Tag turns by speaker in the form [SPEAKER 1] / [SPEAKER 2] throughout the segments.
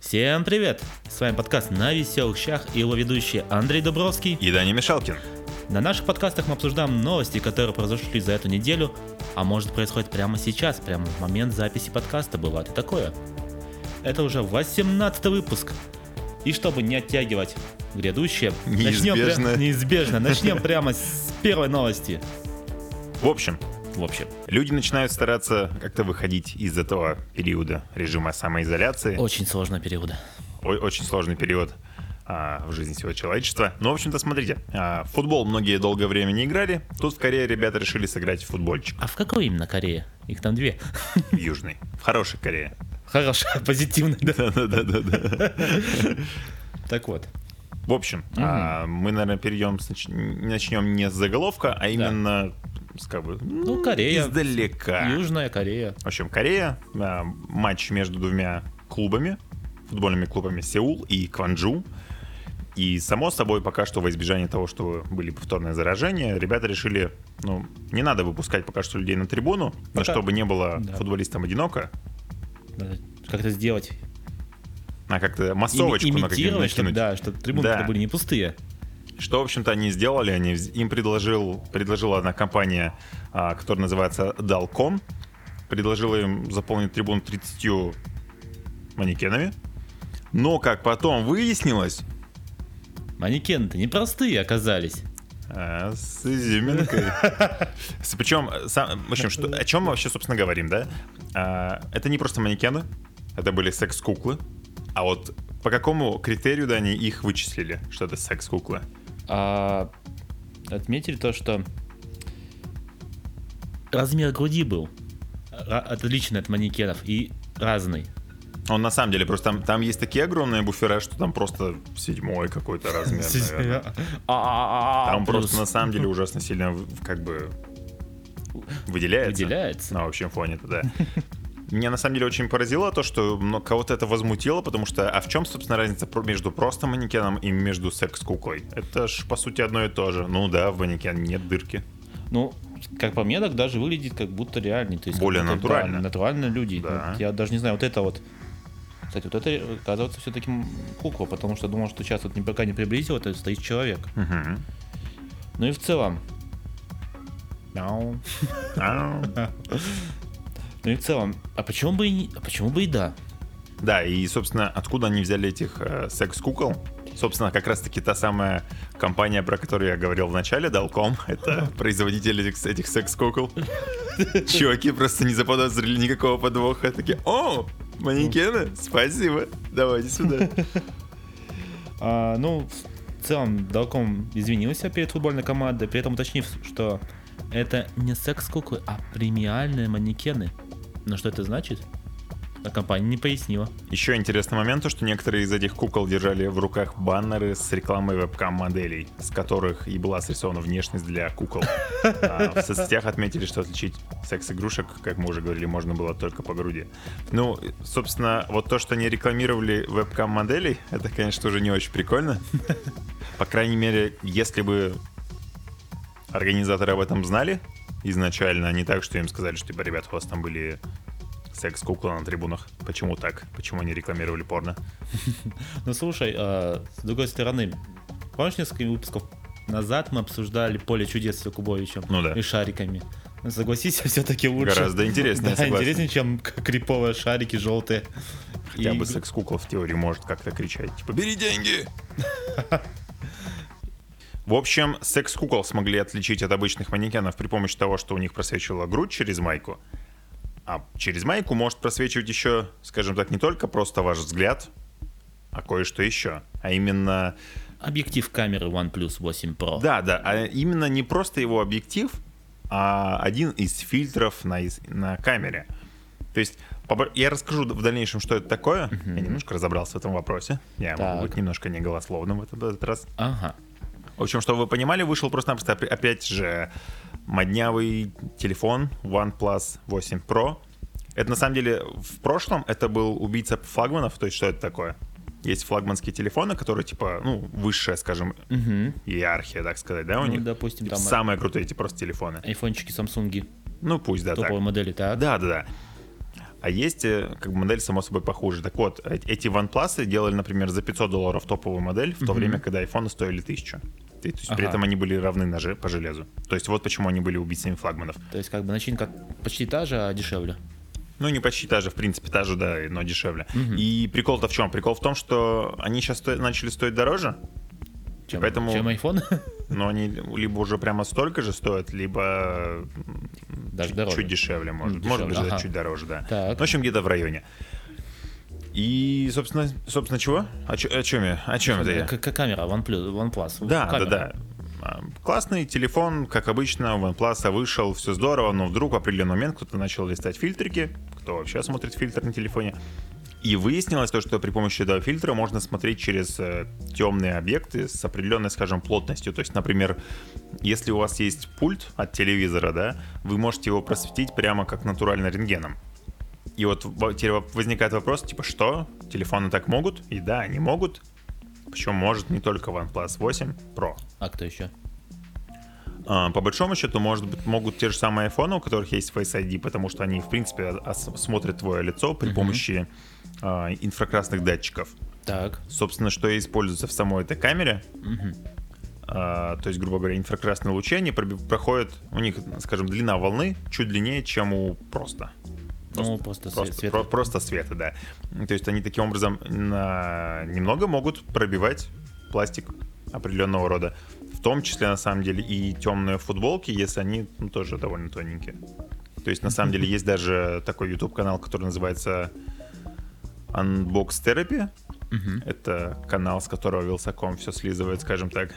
[SPEAKER 1] Всем привет! С вами подкаст «На веселых щах» и его ведущие Андрей Дубровский.
[SPEAKER 2] и Даня Мишалкин.
[SPEAKER 1] На наших подкастах мы обсуждаем новости, которые произошли за эту неделю, а может происходит прямо сейчас, прямо в момент записи подкаста, бывает и такое. Это уже 18 выпуск. И чтобы не оттягивать грядущее, начнем пря-
[SPEAKER 2] Неизбежно.
[SPEAKER 1] неизбежно, начнем прямо с первой новости.
[SPEAKER 2] В общем,
[SPEAKER 1] В общем,
[SPEAKER 2] люди начинают стараться как-то выходить из этого периода режима самоизоляции.
[SPEAKER 1] очень сложного периода.
[SPEAKER 2] О- очень сложный период а, в жизни всего человечества. Но, в общем-то, смотрите, а, в футбол многие долгое время не играли. Тут скорее ребята решили сыграть в футбольчик
[SPEAKER 1] А в какой именно Корее? Их там две.
[SPEAKER 2] в Южной, в хорошей Корее.
[SPEAKER 1] Хорошая, позитивная, да.
[SPEAKER 2] Да-да-да-да.
[SPEAKER 1] Так вот.
[SPEAKER 2] В общем, а, мы, наверное, перейдем, с нач- начнем не с заголовка, а именно с как бы...
[SPEAKER 1] Ну, Корея.
[SPEAKER 2] Издалека.
[SPEAKER 1] Южная Корея.
[SPEAKER 2] В общем, Корея, а, матч между двумя клубами, футбольными клубами Сеул и Кванджу. И, само собой, пока что во избежание того, что были повторные заражения, ребята решили, ну, не надо выпускать пока что людей на трибуну, но
[SPEAKER 1] Пока-
[SPEAKER 2] чтобы не было
[SPEAKER 1] Да.
[SPEAKER 2] футболистам одиноко,
[SPEAKER 1] Надо как-то сделать.
[SPEAKER 2] а как-то
[SPEAKER 1] Ими-
[SPEAKER 2] массовочку на какие-нибудь
[SPEAKER 1] имитировать, чтобы,
[SPEAKER 2] накинуть.
[SPEAKER 1] да, чтобы трибуны
[SPEAKER 2] Да.
[SPEAKER 1] тогда были не пустые.
[SPEAKER 2] Что, в общем-то, они сделали, они, вз- им предложил, предложила одна компания, а, которая называется Dalcom, предложила им заполнить трибун 30 манекенами. Но, как потом выяснилось,
[SPEAKER 1] Манекены-то непростые оказались.
[SPEAKER 2] а, с изюминкой. С- Причем, э, сам- в общем, что, о чем мы вообще, собственно, говорим, да? А, Это не просто манекены, это были секс-куклы. А вот по какому критерию, да, они их вычислили, что это секс-куклы?
[SPEAKER 1] А, отметили то, что размер груди был ра- отличный от манекенов и разный.
[SPEAKER 2] Он на самом деле просто там, там есть такие огромные буфера, что там просто седьмой какой-то размер. наверное.
[SPEAKER 1] А, Там
[SPEAKER 2] Там просто на самом деле ужасно сильно в- как бы выделяется.
[SPEAKER 1] выделяется.
[SPEAKER 2] На общем фоне да. Меня на самом деле очень поразило то, что мно- кого-то это возмутило, потому что а в чем, собственно, разница про- между просто манекеном и между секс-куклой? Это ж по сути одно и то же. Ну да, в манекене нет дырки.
[SPEAKER 1] Ну, как по мне, так даже выглядит как будто реальный. То есть как
[SPEAKER 2] Более
[SPEAKER 1] будто,
[SPEAKER 2] натурально.
[SPEAKER 1] да, натурально люди.
[SPEAKER 2] Да.
[SPEAKER 1] Вот я даже не знаю, вот это вот. Кстати, вот это оказывается все-таки кукла, потому что думал, что сейчас вот ни- пока не приблизил, это стоит человек.
[SPEAKER 2] Мгм.
[SPEAKER 1] Ну и в целом. Мяу.
[SPEAKER 2] Ау.
[SPEAKER 1] Ну и в целом. А почему бы и не- а почему бы и да?
[SPEAKER 2] Да, и, собственно, откуда они взяли этих э, секс-кукол? Собственно, как раз-таки та самая компания, про которую я говорил в начале, Далком, это производитель этих, этих секс-кукол. Чуваки просто не заподозрили никакого подвоха. Такие, о, манекены, спасибо, давайте сюда.
[SPEAKER 1] А, ну, в целом, Далком извинился перед футбольной командой, при этом уточнив, что это не секс-куклы, а премиальные манекены. Но что это значит? А компания не пояснила.
[SPEAKER 2] Еще интересный момент, то что некоторые из этих кукол держали в руках баннеры с рекламой вебкам-моделей, с которых и была срисована внешность для кукол. А, В соцсетях отметили, что отличить секс-игрушек, как мы уже говорили, можно было только по груди. Ну, собственно, вот то, что они рекламировали вебкам-моделей, это, конечно, уже не очень прикольно. По крайней мере, если бы организаторы об этом знали изначально, а не так, что им сказали, что, типа, ребят, у вас там были секс-кукла на трибунах. Почему так? Почему они рекламировали порно?
[SPEAKER 1] Ну слушай, а, с другой стороны, помнишь несколько выпусков назад мы обсуждали поле чудес с Якубовичем
[SPEAKER 2] Ну да.
[SPEAKER 1] и шариками? Ну, согласись, все-таки лучше.
[SPEAKER 2] Гораздо интереснее,
[SPEAKER 1] Да,
[SPEAKER 2] согласен.
[SPEAKER 1] интереснее, чем к- криповые шарики желтые.
[SPEAKER 2] Хотя
[SPEAKER 1] И-
[SPEAKER 2] бы секс-кукла в теории может как-то кричать, типа, бери деньги! В общем, секс-кукол смогли отличить от обычных манекенов при помощи того, что у них просвечивала грудь через майку. А через майку может просвечивать еще, скажем так, не только просто ваш взгляд, а кое-что еще. А именно
[SPEAKER 1] Объектив камеры OnePlus 8 Pro.
[SPEAKER 2] Да, да, а именно не просто его объектив, а один из фильтров на, из- на камере. То есть, побо- я расскажу в дальнейшем, что это такое. Я немножко разобрался в этом вопросе. Я могу
[SPEAKER 1] Так.
[SPEAKER 2] быть немножко не голословным в этот, в этот раз.
[SPEAKER 1] Ага.
[SPEAKER 2] В общем, чтобы вы понимали, вышел просто-напросто опя- опять же моднявый телефон OnePlus 8 Pro. Это на самом деле в прошлом это был убийца флагманов, то есть что это такое? Есть флагманские телефоны, которые типа, ну, высшая, скажем,
[SPEAKER 1] Мгм.
[SPEAKER 2] иерархия, так сказать, да, у
[SPEAKER 1] Ну,
[SPEAKER 2] них?
[SPEAKER 1] допустим,
[SPEAKER 2] Типа,
[SPEAKER 1] там
[SPEAKER 2] самые крутые эти просто телефоны.
[SPEAKER 1] айфончики, самсунги,
[SPEAKER 2] Ну пусть, да, так.
[SPEAKER 1] топовые модели, так?
[SPEAKER 2] Да, да, да. А есть э, как бы модель, само собой, похуже. Так вот, э- эти OnePlus делали, например, за 500 долларов топовую модель, в то
[SPEAKER 1] Мгм.
[SPEAKER 2] время, когда iPhone стоили 1000. И, то есть при
[SPEAKER 1] Ага.
[SPEAKER 2] этом они были равны на же- по железу. То есть вот почему они были убийцами флагманов.
[SPEAKER 1] То есть как бы начинка почти та же, а дешевле.
[SPEAKER 2] Ну, не почти та же, в принципе, та же, да, но дешевле.
[SPEAKER 1] Мгм.
[SPEAKER 2] И прикол-то в чем? Прикол в том, что они сейчас начали стоить дороже,
[SPEAKER 1] Чем,
[SPEAKER 2] поэтому-
[SPEAKER 1] чем iPhone?
[SPEAKER 2] но они либо уже прямо столько же стоят, либо м,
[SPEAKER 1] Даже
[SPEAKER 2] чуть,
[SPEAKER 1] дороже.
[SPEAKER 2] чуть дешевле, может,
[SPEAKER 1] М,
[SPEAKER 2] может
[SPEAKER 1] дешевле,
[SPEAKER 2] быть, даже
[SPEAKER 1] ага.
[SPEAKER 2] чуть дороже, да. Ну,
[SPEAKER 1] Так.
[SPEAKER 2] В общем, где-то в районе. И, собственно, собственно, чего? О, чё- о чем я? О чем это я?
[SPEAKER 1] К- к- камера OnePlus. OnePlus.
[SPEAKER 2] Да,
[SPEAKER 1] камера.
[SPEAKER 2] да, да. А, Классный телефон, как обычно, у OnePlus вышел, все здорово, но вдруг в определенный момент кто-то начал листать фильтрики, кто вообще смотрит фильтр на телефоне, и выяснилось то, что при помощи этого фильтра можно смотреть через темные объекты с определенной, скажем, плотностью. То есть, например, если у вас есть пульт от телевизора, да, вы можете его просветить прямо как натурально рентгеном. И вот во- теперь воп- возникает вопрос, типа, что? Телефоны так могут? И да, они могут. Причем может не только OnePlus 8 Pro.
[SPEAKER 1] А кто еще?
[SPEAKER 2] А, По большому счету, может быть, могут те же самые iPhone, у которых есть Face ID, потому что они, в принципе, ос- смотрят твое лицо при помощи а, инфракрасных датчиков.
[SPEAKER 1] Так.
[SPEAKER 2] Собственно, что и используется в самой этой камере. А, то есть, грубо говоря, инфракрасные лучи, они проби- проходят, у них, скажем, длина волны чуть длиннее, чем у просто.
[SPEAKER 1] ну, просто, све-
[SPEAKER 2] Просто,
[SPEAKER 1] свет.
[SPEAKER 2] про- просто света, да. То есть они таким образом на- немного могут пробивать пластик определенного рода. В том числе, на самом деле, и темные футболки, если они ну, тоже довольно тоненькие. То есть, на самом деле, есть даже такой YouTube-канал, который называется Unbox Therapy.
[SPEAKER 1] Мгм.
[SPEAKER 2] Это канал, с которого Вилсаком все слизывает, скажем так.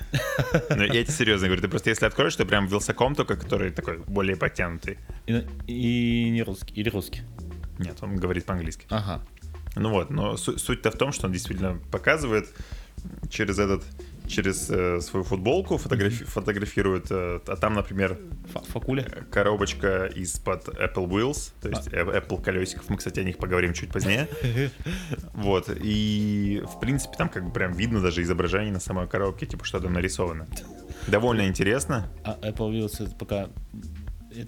[SPEAKER 2] Но я тебе серьезно говорю, ты просто если откроешь, ты прям Вилсаком только, который такой более подтянутый.
[SPEAKER 1] И, и не русский. Или русский.
[SPEAKER 2] Нет, он говорит по-английски.
[SPEAKER 1] Ага.
[SPEAKER 2] Ну вот, но су- суть-то в том, что он действительно показывает через этот, через э, свою футболку фотографи- фотографирует, э, а там, например,
[SPEAKER 1] Фа- Факуля.
[SPEAKER 2] коробочка из-под Apple Wheels, то есть
[SPEAKER 1] А.
[SPEAKER 2] э, Apple колесиков, мы, кстати, о них поговорим чуть позднее. Вот, и в принципе там как бы прям видно даже изображение на самой коробке, типа что там нарисовано. Довольно интересно.
[SPEAKER 1] А Apple Wheels это пока... это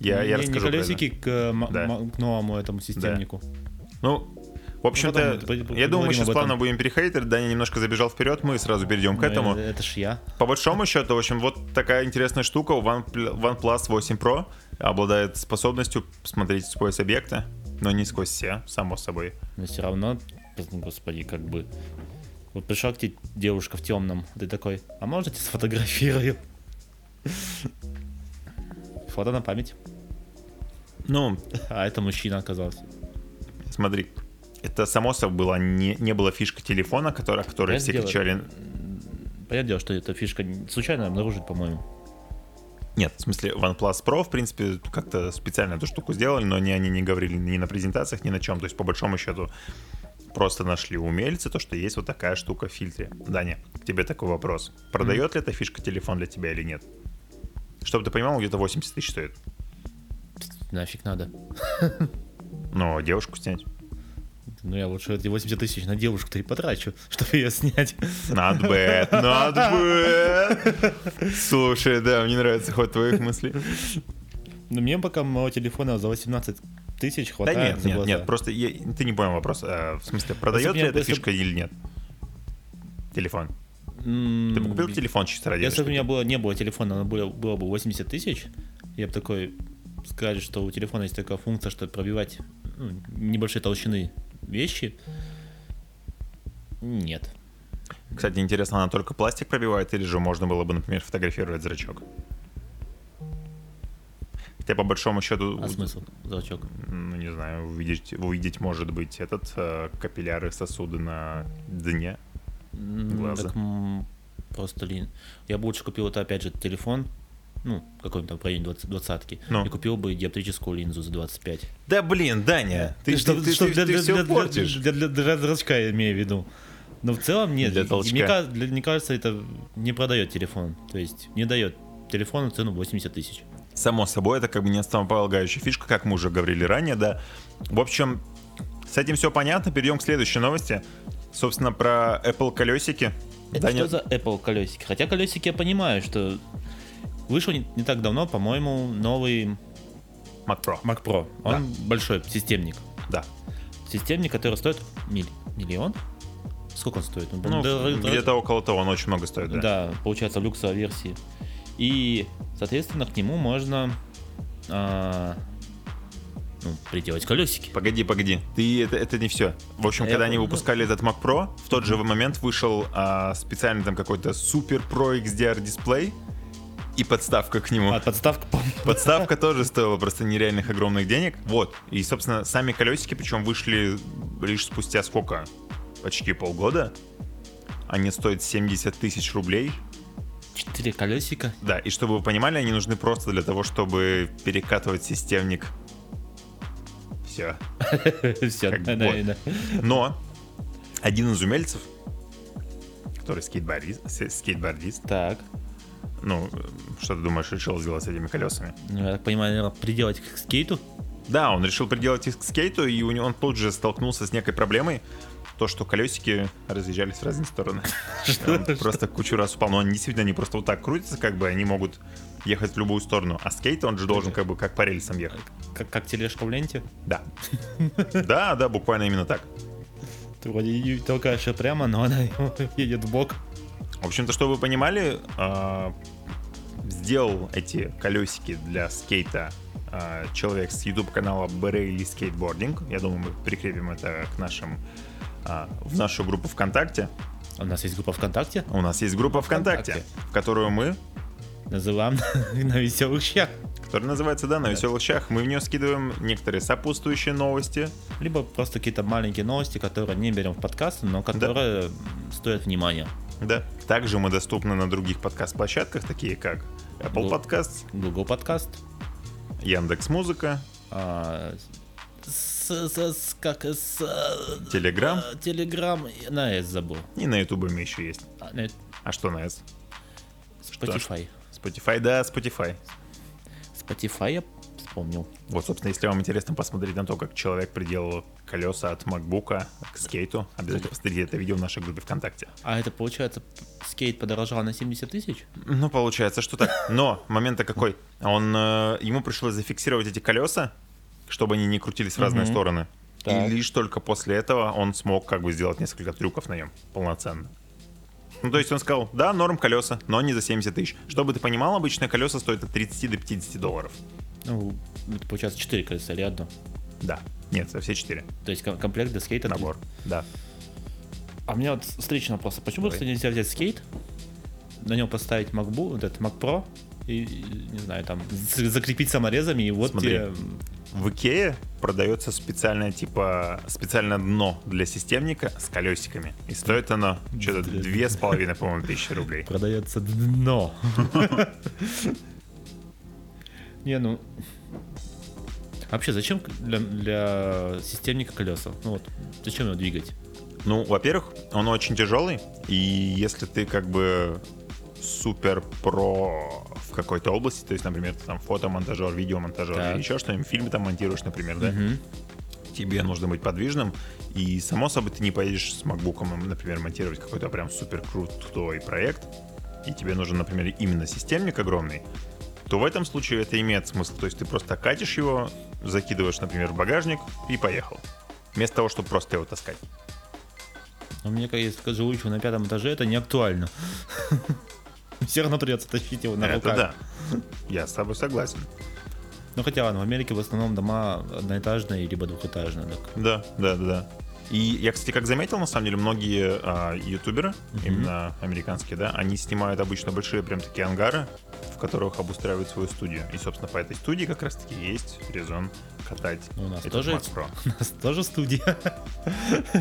[SPEAKER 2] Я-
[SPEAKER 1] не,
[SPEAKER 2] я
[SPEAKER 1] не
[SPEAKER 2] расскажу про
[SPEAKER 1] колесики к, э, м-
[SPEAKER 2] Да.
[SPEAKER 1] м- к новому этому системнику.
[SPEAKER 2] Ну, в общем-то,
[SPEAKER 1] потом мы п-
[SPEAKER 2] я думаю,
[SPEAKER 1] поговорим
[SPEAKER 2] мы
[SPEAKER 1] об
[SPEAKER 2] сейчас
[SPEAKER 1] этом.
[SPEAKER 2] плавно будем переходить. Даня немножко забежал вперед, мы сразу перейдем к
[SPEAKER 1] Ну,
[SPEAKER 2] этому.
[SPEAKER 1] э, Это ж я.
[SPEAKER 2] По большому счету, в общем, вот такая интересная штука. У One- OnePlus 8 Pro обладает способностью смотреть сквозь объекты, но не сквозь все, само собой.
[SPEAKER 1] Но все равно, господи, как бы... Вот пришла к тебе девушка в темном, ты такой, а можете сфотографирую? Фото на память.
[SPEAKER 2] Ну,
[SPEAKER 1] А это мужчина оказался.
[SPEAKER 2] смотри, это само собой было, не, не было фишка телефона, которая, о которой
[SPEAKER 1] Я
[SPEAKER 2] все
[SPEAKER 1] сделаю.
[SPEAKER 2] кричали.
[SPEAKER 1] Понятное дело, что эта фишка случайно обнаружит, по-моему.
[SPEAKER 2] Нет, в смысле, OnePlus Pro, в принципе, как-то специально эту штуку сделали, но не, они не говорили ни на презентациях, ни на чем. То есть, по большому счету, просто нашли умельцы то, что есть вот такая штука в фильтре. Даня, к тебе такой вопрос. Продает ли эта фишка телефон для тебя или нет? Чтобы ты понимал, где-то 80 тысяч стоит.
[SPEAKER 1] Пс, Нафиг надо.
[SPEAKER 2] Но девушку снять
[SPEAKER 1] Ну я лучше эти 80 тысяч на девушку-то и потрачу, чтобы ее снять.
[SPEAKER 2] Not bad, not bad. Слушай, да, мне нравится ход твоих мыслей.
[SPEAKER 1] Но Ну, мне пока моего телефона за 18 тысяч
[SPEAKER 2] Да
[SPEAKER 1] хватает
[SPEAKER 2] нет,
[SPEAKER 1] за
[SPEAKER 2] нет,
[SPEAKER 1] глаза.
[SPEAKER 2] нет, просто я- ты не понял вопрос. Э, В смысле, продает
[SPEAKER 1] бы
[SPEAKER 2] ли
[SPEAKER 1] я-
[SPEAKER 2] эта
[SPEAKER 1] если бы-
[SPEAKER 2] фишка или нет? Телефон.
[SPEAKER 1] М,
[SPEAKER 2] Ты бы купил телефон чисто ради
[SPEAKER 1] Если бы у
[SPEAKER 2] этой
[SPEAKER 1] меня было, не было телефона, но было, было бы 80 тысяч, я бы такой сказали, что у телефона есть такая функция, что пробивать ну, небольшой толщины вещи. Нет.
[SPEAKER 2] штуки? Кстати, интересно, она только пластик пробивает или же можно было бы, например, фотографировать зрачок? Хотя по большому счету,
[SPEAKER 1] А смысл? Зрачок.
[SPEAKER 2] ну не знаю, увидеть, увидеть может быть этот э, капилляры сосуды на дне.
[SPEAKER 1] М,
[SPEAKER 2] Глаза.
[SPEAKER 1] так, м, просто лин. Я бы лучше купил это опять же телефон, ну, какой-нибудь там в районе 20 двадцатки,
[SPEAKER 2] Ну.
[SPEAKER 1] и купил бы диоптрическую линзу за 25.
[SPEAKER 2] Да блин, Даня, ты,
[SPEAKER 1] что,
[SPEAKER 2] что, ты,
[SPEAKER 1] что
[SPEAKER 2] ты-
[SPEAKER 1] ну, для,
[SPEAKER 2] ты
[SPEAKER 1] для-
[SPEAKER 2] все
[SPEAKER 1] для- для-
[SPEAKER 2] портишь.
[SPEAKER 1] Для, для- для зрачка я имею в виду. Но в целом нет.
[SPEAKER 2] Для
[SPEAKER 1] И- и
[SPEAKER 2] толчка.
[SPEAKER 1] Мне, ка- для- мне кажется, это не продает телефон. То есть не дает телефону цену 80 тысяч.
[SPEAKER 2] Само собой, это как бы не основополагающая фишка, как мы уже говорили ранее, да. В общем, с этим все понятно. Перейдем к следующей новости. Собственно, про Apple колесики.
[SPEAKER 1] Это
[SPEAKER 2] Даня-
[SPEAKER 1] что за Apple колесики? Хотя колесики я понимаю, что вышел не, не так давно, по-моему, новый
[SPEAKER 2] Mac Pro.
[SPEAKER 1] Mac Pro. Он большой системник.
[SPEAKER 2] Да.
[SPEAKER 1] системник, который стоит миль- миллион. Сколько он стоит? Он,
[SPEAKER 2] Ну,
[SPEAKER 1] да,
[SPEAKER 2] где-то около того, он очень много стоит, да.
[SPEAKER 1] да, получается, в люксовой версии. И, соответственно, к нему можно а, ну, приделать колесики.
[SPEAKER 2] Погоди, погоди, ты это, это не все. В общем,
[SPEAKER 1] А Я
[SPEAKER 2] когда они
[SPEAKER 1] понял.
[SPEAKER 2] выпускали этот Mac Pro, в тот же момент вышел а, специальный там какой-то супер Pro XDR дисплей и подставка к нему.
[SPEAKER 1] А подставка, по
[SPEAKER 2] Подставка тоже стоила просто нереальных огромных денег. Вот. И, собственно, сами колесики, причем вышли лишь спустя сколько? Почти полгода. Они стоят 70 тысяч рублей.
[SPEAKER 1] 4 колесика.
[SPEAKER 2] Да, и чтобы вы понимали, они нужны просто для того, чтобы перекатывать системник. Все.
[SPEAKER 1] Все,
[SPEAKER 2] Как бы Но один из умельцев, который скейтбордист, с- скейтбордист
[SPEAKER 1] Так,
[SPEAKER 2] ну, э, что ты думаешь, решил сделать с этими колесами?
[SPEAKER 1] ну, я так понимаю, наверное, приделать их к скейту.
[SPEAKER 2] Да, он решил приделать их к скейту, и у него он тут же столкнулся с некой проблемой. То, что колесики разъезжались в разные стороны. Он просто кучу раз упал. Но они действительно не просто вот так крутятся, как бы они могут ехать в любую сторону. А скейт, он же должен как бы как по рельсам ехать.
[SPEAKER 1] Как, как тележка в ленте.
[SPEAKER 2] Да. Да, да, буквально именно так.
[SPEAKER 1] Ты вроде и толкаешь ее прямо, но она едет в бок.
[SPEAKER 2] В общем-то, чтобы вы понимали, а, сделал эти колесики для скейта а, человек с YouTube канала Barely Skateboarding. Я думаю, мы прикрепим это к нашим а, в нашу группу ВКонтакте.
[SPEAKER 1] У нас есть группа ВКонтакте.
[SPEAKER 2] У нас есть группа ВКонтакте, в которую мы,
[SPEAKER 1] Называем на веселых щах.
[SPEAKER 2] которая называется да, на веселых щах, мы в нее скидываем некоторые сопутствующие новости.
[SPEAKER 1] Либо просто какие-то маленькие новости, которые не берем в подкаст, но которые м, стоят внимания.
[SPEAKER 2] Да. Также мы доступны на других подкаст-площадках, такие как Apple
[SPEAKER 1] Ну.
[SPEAKER 2] Podcasts,
[SPEAKER 1] Google подкаст.
[SPEAKER 2] Яндекс Музыка,
[SPEAKER 1] а, с, с- с- как с, а,
[SPEAKER 2] Telegram
[SPEAKER 1] а, Телеграм. и На S забыл.
[SPEAKER 2] и на YouTube мы еще есть.
[SPEAKER 1] А, нет,
[SPEAKER 2] А что на S?
[SPEAKER 1] Spotify.
[SPEAKER 2] Spotify, да, Spotify.
[SPEAKER 1] Spotify я вспомнил.
[SPEAKER 2] Вот, собственно, если вам интересно посмотреть на то, как человек приделал колеса от макбука к скейту, обязательно посмотрите это видео в нашей группе ВКонтакте.
[SPEAKER 1] А это получается, скейт подорожал на 70 тысяч?
[SPEAKER 2] Ну, получается, что так. Но момент-то какой? Он, э, ему пришлось зафиксировать эти колеса, чтобы они не крутились в разные
[SPEAKER 1] Мгм.
[SPEAKER 2] стороны.
[SPEAKER 1] Так.
[SPEAKER 2] И лишь только после этого он смог как бы сделать несколько трюков на нем полноценно. Ну, то есть он сказал, да, норм колеса, но не за 70 тысяч. Чтобы ты понимал, обычно колеса стоят от 30 до 50 долларов.
[SPEAKER 1] Ну, это получается 4 колеса или одно.
[SPEAKER 2] Да. Нет, за все 4.
[SPEAKER 1] То есть ком- комплект для скейта. три.
[SPEAKER 2] Набор. Да.
[SPEAKER 1] А у меня вот встречный вопрос. А почему
[SPEAKER 2] Давай.
[SPEAKER 1] просто нельзя взять скейт, на нем поставить MacBook, вот этот Mac Pro, и, и, не знаю, там, з- закрепить саморезами, и вот э,
[SPEAKER 2] Смотри.
[SPEAKER 1] тебе, м,
[SPEAKER 2] В Икее продается специальное типа специальное дно для системника с колесиками. И стоит оно что-то
[SPEAKER 1] Блин.
[SPEAKER 2] две с половиной, по-моему, тысячи рублей.
[SPEAKER 1] продается дно. Не, ну... Вообще, зачем для, для системника колеса? Ну вот, зачем его двигать?
[SPEAKER 2] Ну, во-первых, он очень тяжелый, и если ты как бы супер про в какой-то области, то есть, например, ты там фотомонтажер, видеомонтажер
[SPEAKER 1] Так.
[SPEAKER 2] или еще что-нибудь, фильмы там монтируешь, например, да,
[SPEAKER 1] Мгм.
[SPEAKER 2] тебе нужно быть подвижным, и само собой ты не поедешь с макбуком, например, монтировать какой-то прям супер крутой проект, и тебе нужен, например, именно системник огромный, то в этом случае это имеет смысл. То есть ты просто катишь его, закидываешь, например, в багажник и поехал. Вместо того, чтобы просто его таскать.
[SPEAKER 1] Но Ну, мне, как я скажу, живущего на пятом этаже, это не актуально. Все равно придется тащить его на
[SPEAKER 2] это
[SPEAKER 1] руках.
[SPEAKER 2] да. Я с тобой согласен.
[SPEAKER 1] Ну хотя ладно, в Америке в основном дома одноэтажные либо двухэтажные. Так.
[SPEAKER 2] Да, да, да, да. И я, кстати, как заметил, на самом деле, многие а, ютуберы, именно американские, да, они снимают обычно большие прям такие ангары, в которых обустраивают свою студию. И, собственно, по этой студии как раз-таки есть резон катать
[SPEAKER 1] Ну, у нас
[SPEAKER 2] этот
[SPEAKER 1] тоже
[SPEAKER 2] Mac
[SPEAKER 1] есть.
[SPEAKER 2] Pro.
[SPEAKER 1] У нас тоже студия.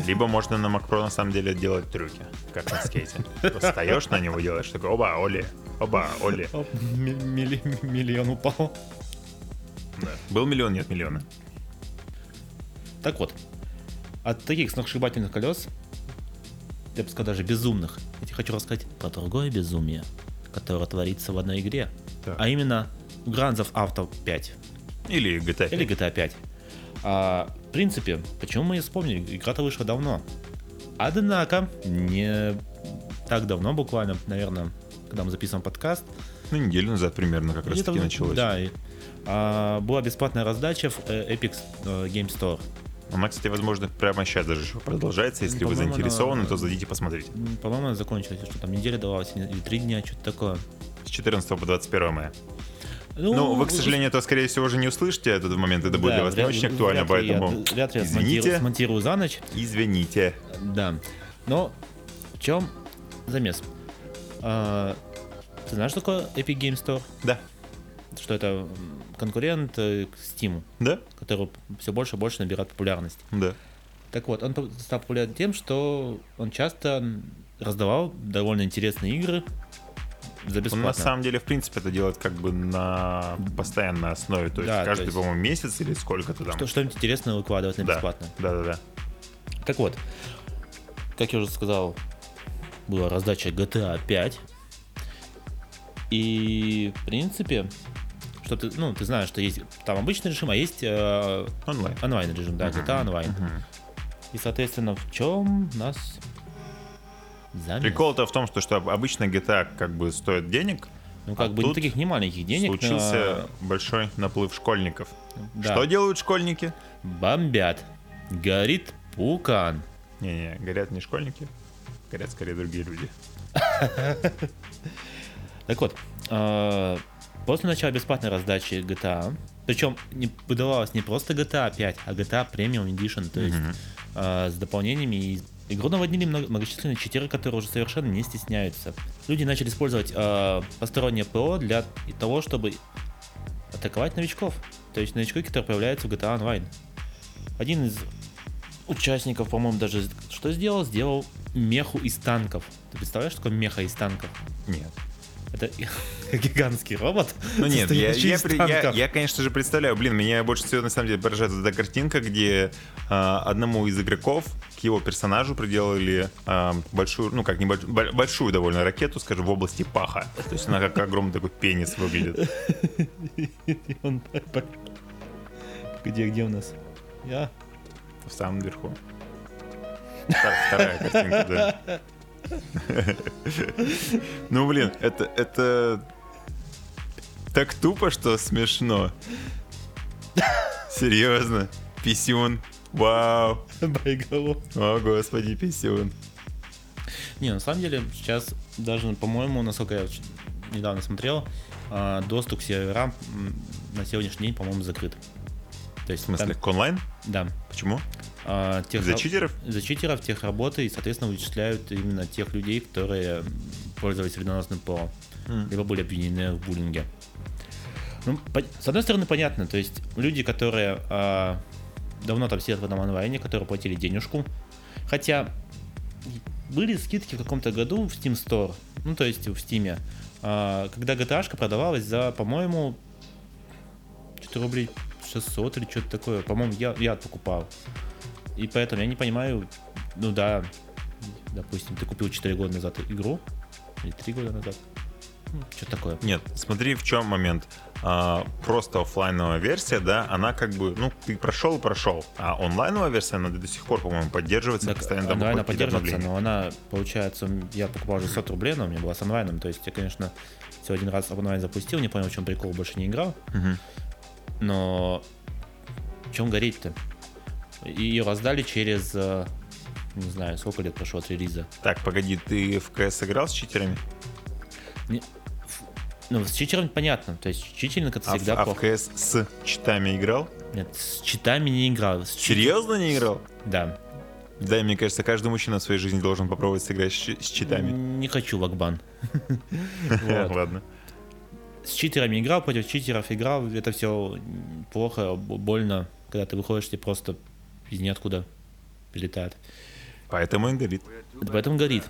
[SPEAKER 2] Либо можно на Mac Pro, на самом деле, делать трюки, как на скейте. Просто Встаешь на него, делаешь такой, оба, оли, оба, оли.
[SPEAKER 1] Оп, ми- мили- миллион упал.
[SPEAKER 2] Да. Был миллион, нет миллиона.
[SPEAKER 1] Так вот, от таких сногсшибательных колес, я бы сказал, даже безумных, я тебе хочу рассказать про другое безумие, которое творится в одной игре.
[SPEAKER 2] Так.
[SPEAKER 1] А именно в Grand Theft Auto 5
[SPEAKER 2] Или GTA.
[SPEAKER 1] или GTA 5. А, в принципе, почему мы и вспомнили, игра-то вышла давно. Однако, не так давно, буквально, наверное, когда мы записываем подкаст,
[SPEAKER 2] Ну, неделю назад примерно как
[SPEAKER 1] Где-то
[SPEAKER 2] раз-таки
[SPEAKER 1] в-
[SPEAKER 2] началось.
[SPEAKER 1] Да. и, а, была бесплатная раздача в э, Epic э, Game Store.
[SPEAKER 2] Она, кстати, возможно, прямо сейчас даже еще продолжается. Если
[SPEAKER 1] Ну,
[SPEAKER 2] вы
[SPEAKER 1] по-моему,
[SPEAKER 2] заинтересованы,
[SPEAKER 1] она-
[SPEAKER 2] то зайдите посмотрите.
[SPEAKER 1] М, Ну, По-моему, она закончилась, что там неделя давалась или или три дня, что-то такое.
[SPEAKER 2] С 14 по 21 мая. Ну, вы, к сожалению, это, скорее всего, уже не услышите этот момент. Это будет
[SPEAKER 1] да,
[SPEAKER 2] для вас не
[SPEAKER 1] вряд-
[SPEAKER 2] очень актуально,
[SPEAKER 1] вряд ли я-
[SPEAKER 2] поэтому
[SPEAKER 1] вряд ли я смонтирую,
[SPEAKER 2] извините,
[SPEAKER 1] смонтирую за ночь.
[SPEAKER 2] извините.
[SPEAKER 1] Да. Но в чем замес? А, ты знаешь, что такое Epic Game Store?
[SPEAKER 2] Да.
[SPEAKER 1] Что это м, конкурент э, к Steam,
[SPEAKER 2] Да?
[SPEAKER 1] который все больше и больше набирает популярность.
[SPEAKER 2] Да.
[SPEAKER 1] Так вот, он по- стал популярен тем, что он часто м, раздавал довольно интересные игры за
[SPEAKER 2] Он
[SPEAKER 1] бесплатно.
[SPEAKER 2] на самом деле, в принципе, это делает как бы на постоянной основе. То есть
[SPEAKER 1] Да, то
[SPEAKER 2] каждый,
[SPEAKER 1] есть-
[SPEAKER 2] по-моему, месяц или сколько-то там.
[SPEAKER 1] Что- Что-нибудь интересное выкладывать на
[SPEAKER 2] Да.
[SPEAKER 1] бесплатно.
[SPEAKER 2] Да-да-да.
[SPEAKER 1] Так вот, как я уже сказал, была раздача GTA 5. И, в принципе, что ты, ну, ты знаешь, что есть там обычный режим, а есть э,
[SPEAKER 2] Онлайн.
[SPEAKER 1] онлайн режим, да,
[SPEAKER 2] Мгм.
[SPEAKER 1] GTA онлайн.
[SPEAKER 2] Мгм.
[SPEAKER 1] И, соответственно, в чем нас замес?
[SPEAKER 2] Прикол-то в том, что, что обычно GTA как бы стоит денег,
[SPEAKER 1] Ну, как
[SPEAKER 2] А
[SPEAKER 1] бы не
[SPEAKER 2] тут
[SPEAKER 1] таких немаленьких денег. э, но,
[SPEAKER 2] случился большой наплыв школьников.
[SPEAKER 1] да,
[SPEAKER 2] Что делают школьники?
[SPEAKER 1] Бомбят. Горит пукан.
[SPEAKER 2] Не-не, горят не школьники, горят скорее другие люди.
[SPEAKER 1] Так вот, э, после начала бесплатной раздачи GTA, причем не выдавалась не просто GTA 5, а GTA Premium Edition, то есть
[SPEAKER 2] Мгм.
[SPEAKER 1] э, с дополнениями и игру наводнили мно- многочисленные читеры, которые уже совершенно не стесняются. Люди начали использовать э, постороннее ПО для того, чтобы атаковать новичков, то есть новички, которые появляются в GTA Online. Один из участников, по-моему, даже что сделал? Сделал меху из танков. Ты представляешь, что такое меха из танков?
[SPEAKER 2] Нет.
[SPEAKER 1] Это гигантский робот.
[SPEAKER 2] Ну нет, я,
[SPEAKER 1] состоящий
[SPEAKER 2] я
[SPEAKER 1] из
[SPEAKER 2] при- я-
[SPEAKER 1] танков.
[SPEAKER 2] я, конечно же, представляю, блин, меня больше всего на самом деле поражает вот эта картинка, где а, одному из игроков к его персонажу приделали а, большую, ну как небольшую, большую довольно ракету, скажем, в области паха. То есть она как огромный такой пенис выглядит.
[SPEAKER 1] И он так- Где, где у нас? Я?
[SPEAKER 2] В самом верху. Так, вторая картинка, да. Ну, блин, это, это так тупо, что смешно. Серьезно. Писюн. Вау.
[SPEAKER 1] Боеголов.
[SPEAKER 2] О, господи, писюн.
[SPEAKER 1] Не, на самом деле, сейчас даже, по-моему, насколько я ч- недавно смотрел, а, доступ к серверам м, на сегодняшний день, по-моему, закрыт. То есть,
[SPEAKER 2] В смысле,
[SPEAKER 1] там-
[SPEAKER 2] к онлайн?
[SPEAKER 1] да.
[SPEAKER 2] Почему?
[SPEAKER 1] А, тех-
[SPEAKER 2] Из-за читеров?
[SPEAKER 1] За читеров, тех работы, и, соответственно, вычисляют именно тех людей, которые м, пользовались вредоносным ПО. либо были обвинены в буллинге. Ну, по- с одной стороны, понятно, то есть люди, которые а, давно там сидят в этом онлайне, которые платили денежку, хотя были скидки в каком-то году в Steam Store, ну, то есть в Steam, а, когда GTA продавалась за, по-моему, что-то рублей 600 или что-то такое, по-моему, я, я покупал. И поэтому я не понимаю, ну да, допустим, ты купил 4 года назад игру, или 3 года назад, что такое?
[SPEAKER 2] Нет, смотри, в чем момент. А, просто оффлайновая версия, да, она как бы, ну, ты прошел, прошел. А онлайновая версия, она до сих пор, по-моему, поддерживается.
[SPEAKER 1] Так,
[SPEAKER 2] постоянно там
[SPEAKER 1] онлайн она
[SPEAKER 2] выходят какие-то
[SPEAKER 1] поддерживается,
[SPEAKER 2] обновления.
[SPEAKER 1] но она, получается, м, я покупал уже 100 рублей, но у меня была с онлайном, то есть я, конечно, все один раз онлайн запустил, не понял, в чем прикол, больше не играл,
[SPEAKER 2] Мгм.
[SPEAKER 1] но в чем гореть-то? Ее раздали через, э, не знаю, сколько лет прошло от релиза.
[SPEAKER 2] Так, погоди, ты в КС играл с читерами?
[SPEAKER 1] Ну, с читерами понятно, то есть читеринг это
[SPEAKER 2] А в-
[SPEAKER 1] всегда
[SPEAKER 2] а, в
[SPEAKER 1] плохо.
[SPEAKER 2] КС с читами играл?
[SPEAKER 1] Нет, с читами не играл. с чит-
[SPEAKER 2] Серьезно не играл?
[SPEAKER 1] Да.
[SPEAKER 2] Да, мне кажется, каждый мужчина в своей жизни должен попробовать сыграть с, чи- с читами.
[SPEAKER 1] М, Не хочу вакбан. Вот.
[SPEAKER 2] Ладно.
[SPEAKER 1] с читерами играл, против читеров играл, это все плохо, б- больно, когда ты выходишь, тебе просто из ниоткуда прилетает.
[SPEAKER 2] Поэтому и горит.
[SPEAKER 1] Это поэтому горит.